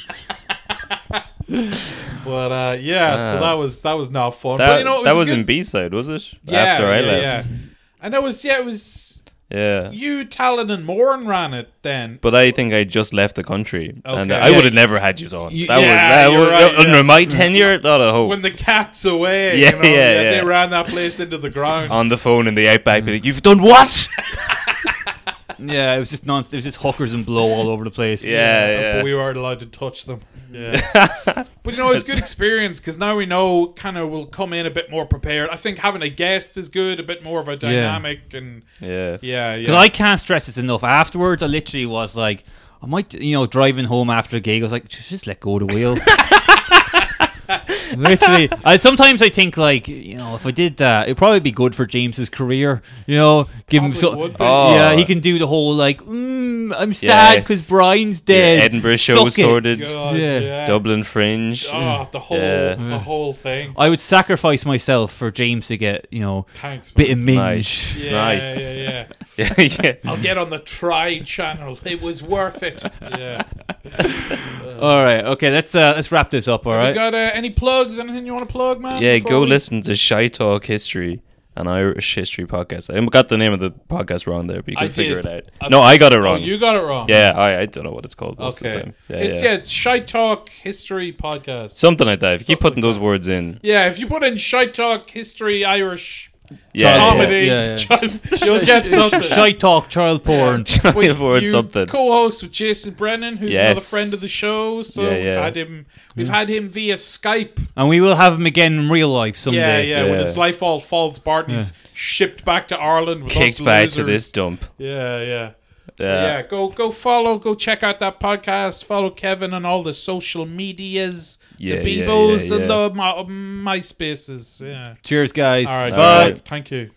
Speaker 1: But uh yeah, so
Speaker 3: Ah.
Speaker 1: that was that was not fun.
Speaker 3: That,
Speaker 1: but you know it was
Speaker 3: that
Speaker 1: a
Speaker 3: was
Speaker 1: good-
Speaker 3: in B side, was it?
Speaker 1: yeah,
Speaker 3: After I
Speaker 1: yeah,
Speaker 3: left.
Speaker 1: Yeah. And it was yeah, it was
Speaker 3: Yeah.
Speaker 1: you, Talon and Moran ran it then.
Speaker 3: But I think I just left the country, and
Speaker 1: Okay.
Speaker 3: I
Speaker 1: Yeah.
Speaker 3: would have never had you on.
Speaker 1: You-
Speaker 3: that
Speaker 1: yeah, you're
Speaker 3: was that was
Speaker 1: right, yeah.
Speaker 3: under my tenure. Not a hope.
Speaker 1: when the cat's away.
Speaker 3: Yeah,
Speaker 1: you know,
Speaker 3: yeah, yeah. Oh,
Speaker 1: They ran that place into the ground.
Speaker 3: on the phone in the outback, be like, "You've done what?"
Speaker 2: yeah, it was just non. It was just hookers and blow all over the place.
Speaker 3: yeah, yeah.
Speaker 1: Uh, But we weren't allowed to touch them. Yeah. but you know, it's good experience because now we know kind of we'll come in a bit more prepared. I think having a guest is good, a bit more of a dynamic and
Speaker 3: Yeah.
Speaker 1: yeah, yeah.
Speaker 2: Because I can't stress this enough. Afterwards, I literally was like, I might, you know, driving home after a gig, I was like, just, just let go of the wheel. literally, I, sometimes I think like, you know, if I did that, it'd probably be good for James's career. You know, give him
Speaker 1: Probably
Speaker 2: so.
Speaker 1: would be.
Speaker 3: Oh.
Speaker 2: Yeah, he can do the whole like, mm, I'm sad
Speaker 3: Yes.
Speaker 2: because Brian's
Speaker 3: Your
Speaker 2: dead.
Speaker 3: Edinburgh
Speaker 2: Suck
Speaker 3: show
Speaker 2: it.
Speaker 3: sorted.
Speaker 1: God,
Speaker 2: Yeah.
Speaker 1: yeah.
Speaker 3: Dublin Fringe.
Speaker 1: Oh, the whole
Speaker 3: Yeah.
Speaker 1: the whole thing.
Speaker 2: I would sacrifice myself for James to get, you know,
Speaker 1: Thanks.
Speaker 2: bit of
Speaker 1: man.
Speaker 2: minge.
Speaker 3: Nice.
Speaker 1: yeah,
Speaker 3: Nice.
Speaker 1: Yeah, yeah. Oh,
Speaker 3: Yeah, yeah.
Speaker 1: I'll get on the try channel. It was worth it. Yeah.
Speaker 2: All right, okay, let's uh, let's wrap this up. All
Speaker 1: You
Speaker 2: right.
Speaker 1: got uh, any plugs? Anything you want to plug, man?
Speaker 3: Yeah,
Speaker 1: before
Speaker 3: go
Speaker 1: we-
Speaker 3: listen to Shy Talk History, an Irish history podcast. I got the name of the podcast wrong there, but you
Speaker 1: I
Speaker 3: can figure
Speaker 1: did.
Speaker 3: it out.
Speaker 1: Uh,
Speaker 3: no, I got it
Speaker 1: Oh,
Speaker 3: wrong.
Speaker 1: you got it wrong.
Speaker 3: yeah, I, I don't know what it's called most of the
Speaker 1: Okay.
Speaker 3: time. Yeah,
Speaker 1: it's
Speaker 3: yeah.
Speaker 1: yeah. It's shy talk history podcast.
Speaker 3: Something like that. If you keep
Speaker 1: Something
Speaker 3: putting those words in,
Speaker 1: Yeah, if you put in shy talk history Irish
Speaker 3: yeah,
Speaker 1: comedy,
Speaker 2: Yeah, yeah.
Speaker 1: Just, you'll get something.
Speaker 2: Shy talk, child porn.
Speaker 3: yeah.
Speaker 1: We-
Speaker 3: Trying to word
Speaker 1: you
Speaker 3: something.
Speaker 1: Co-host with Jason Brennan, who's another
Speaker 3: Yes.
Speaker 1: friend of the show. So
Speaker 3: Yeah,
Speaker 1: we've
Speaker 3: yeah. Hmm.
Speaker 1: had him. We've had him via Skype.
Speaker 2: And we will have him again in real life
Speaker 1: Yeah,
Speaker 2: someday.
Speaker 1: yeah, When
Speaker 3: Yeah.
Speaker 1: his life all falls apart, and he's shipped back to Ireland. With
Speaker 3: Kicked
Speaker 1: us
Speaker 3: back to
Speaker 1: losers.
Speaker 3: this dump.
Speaker 1: Yeah, yeah.
Speaker 3: Yeah.
Speaker 1: yeah, go go follow, go check out that podcast. Follow Kevin on all the social medias,
Speaker 3: Yeah,
Speaker 1: the
Speaker 3: yeah,
Speaker 1: Bebos
Speaker 3: yeah,
Speaker 1: and
Speaker 3: yeah.
Speaker 1: the my, MySpaces. Yeah.
Speaker 2: Cheers, guys.
Speaker 1: All right.
Speaker 3: Bye.
Speaker 1: Thank you.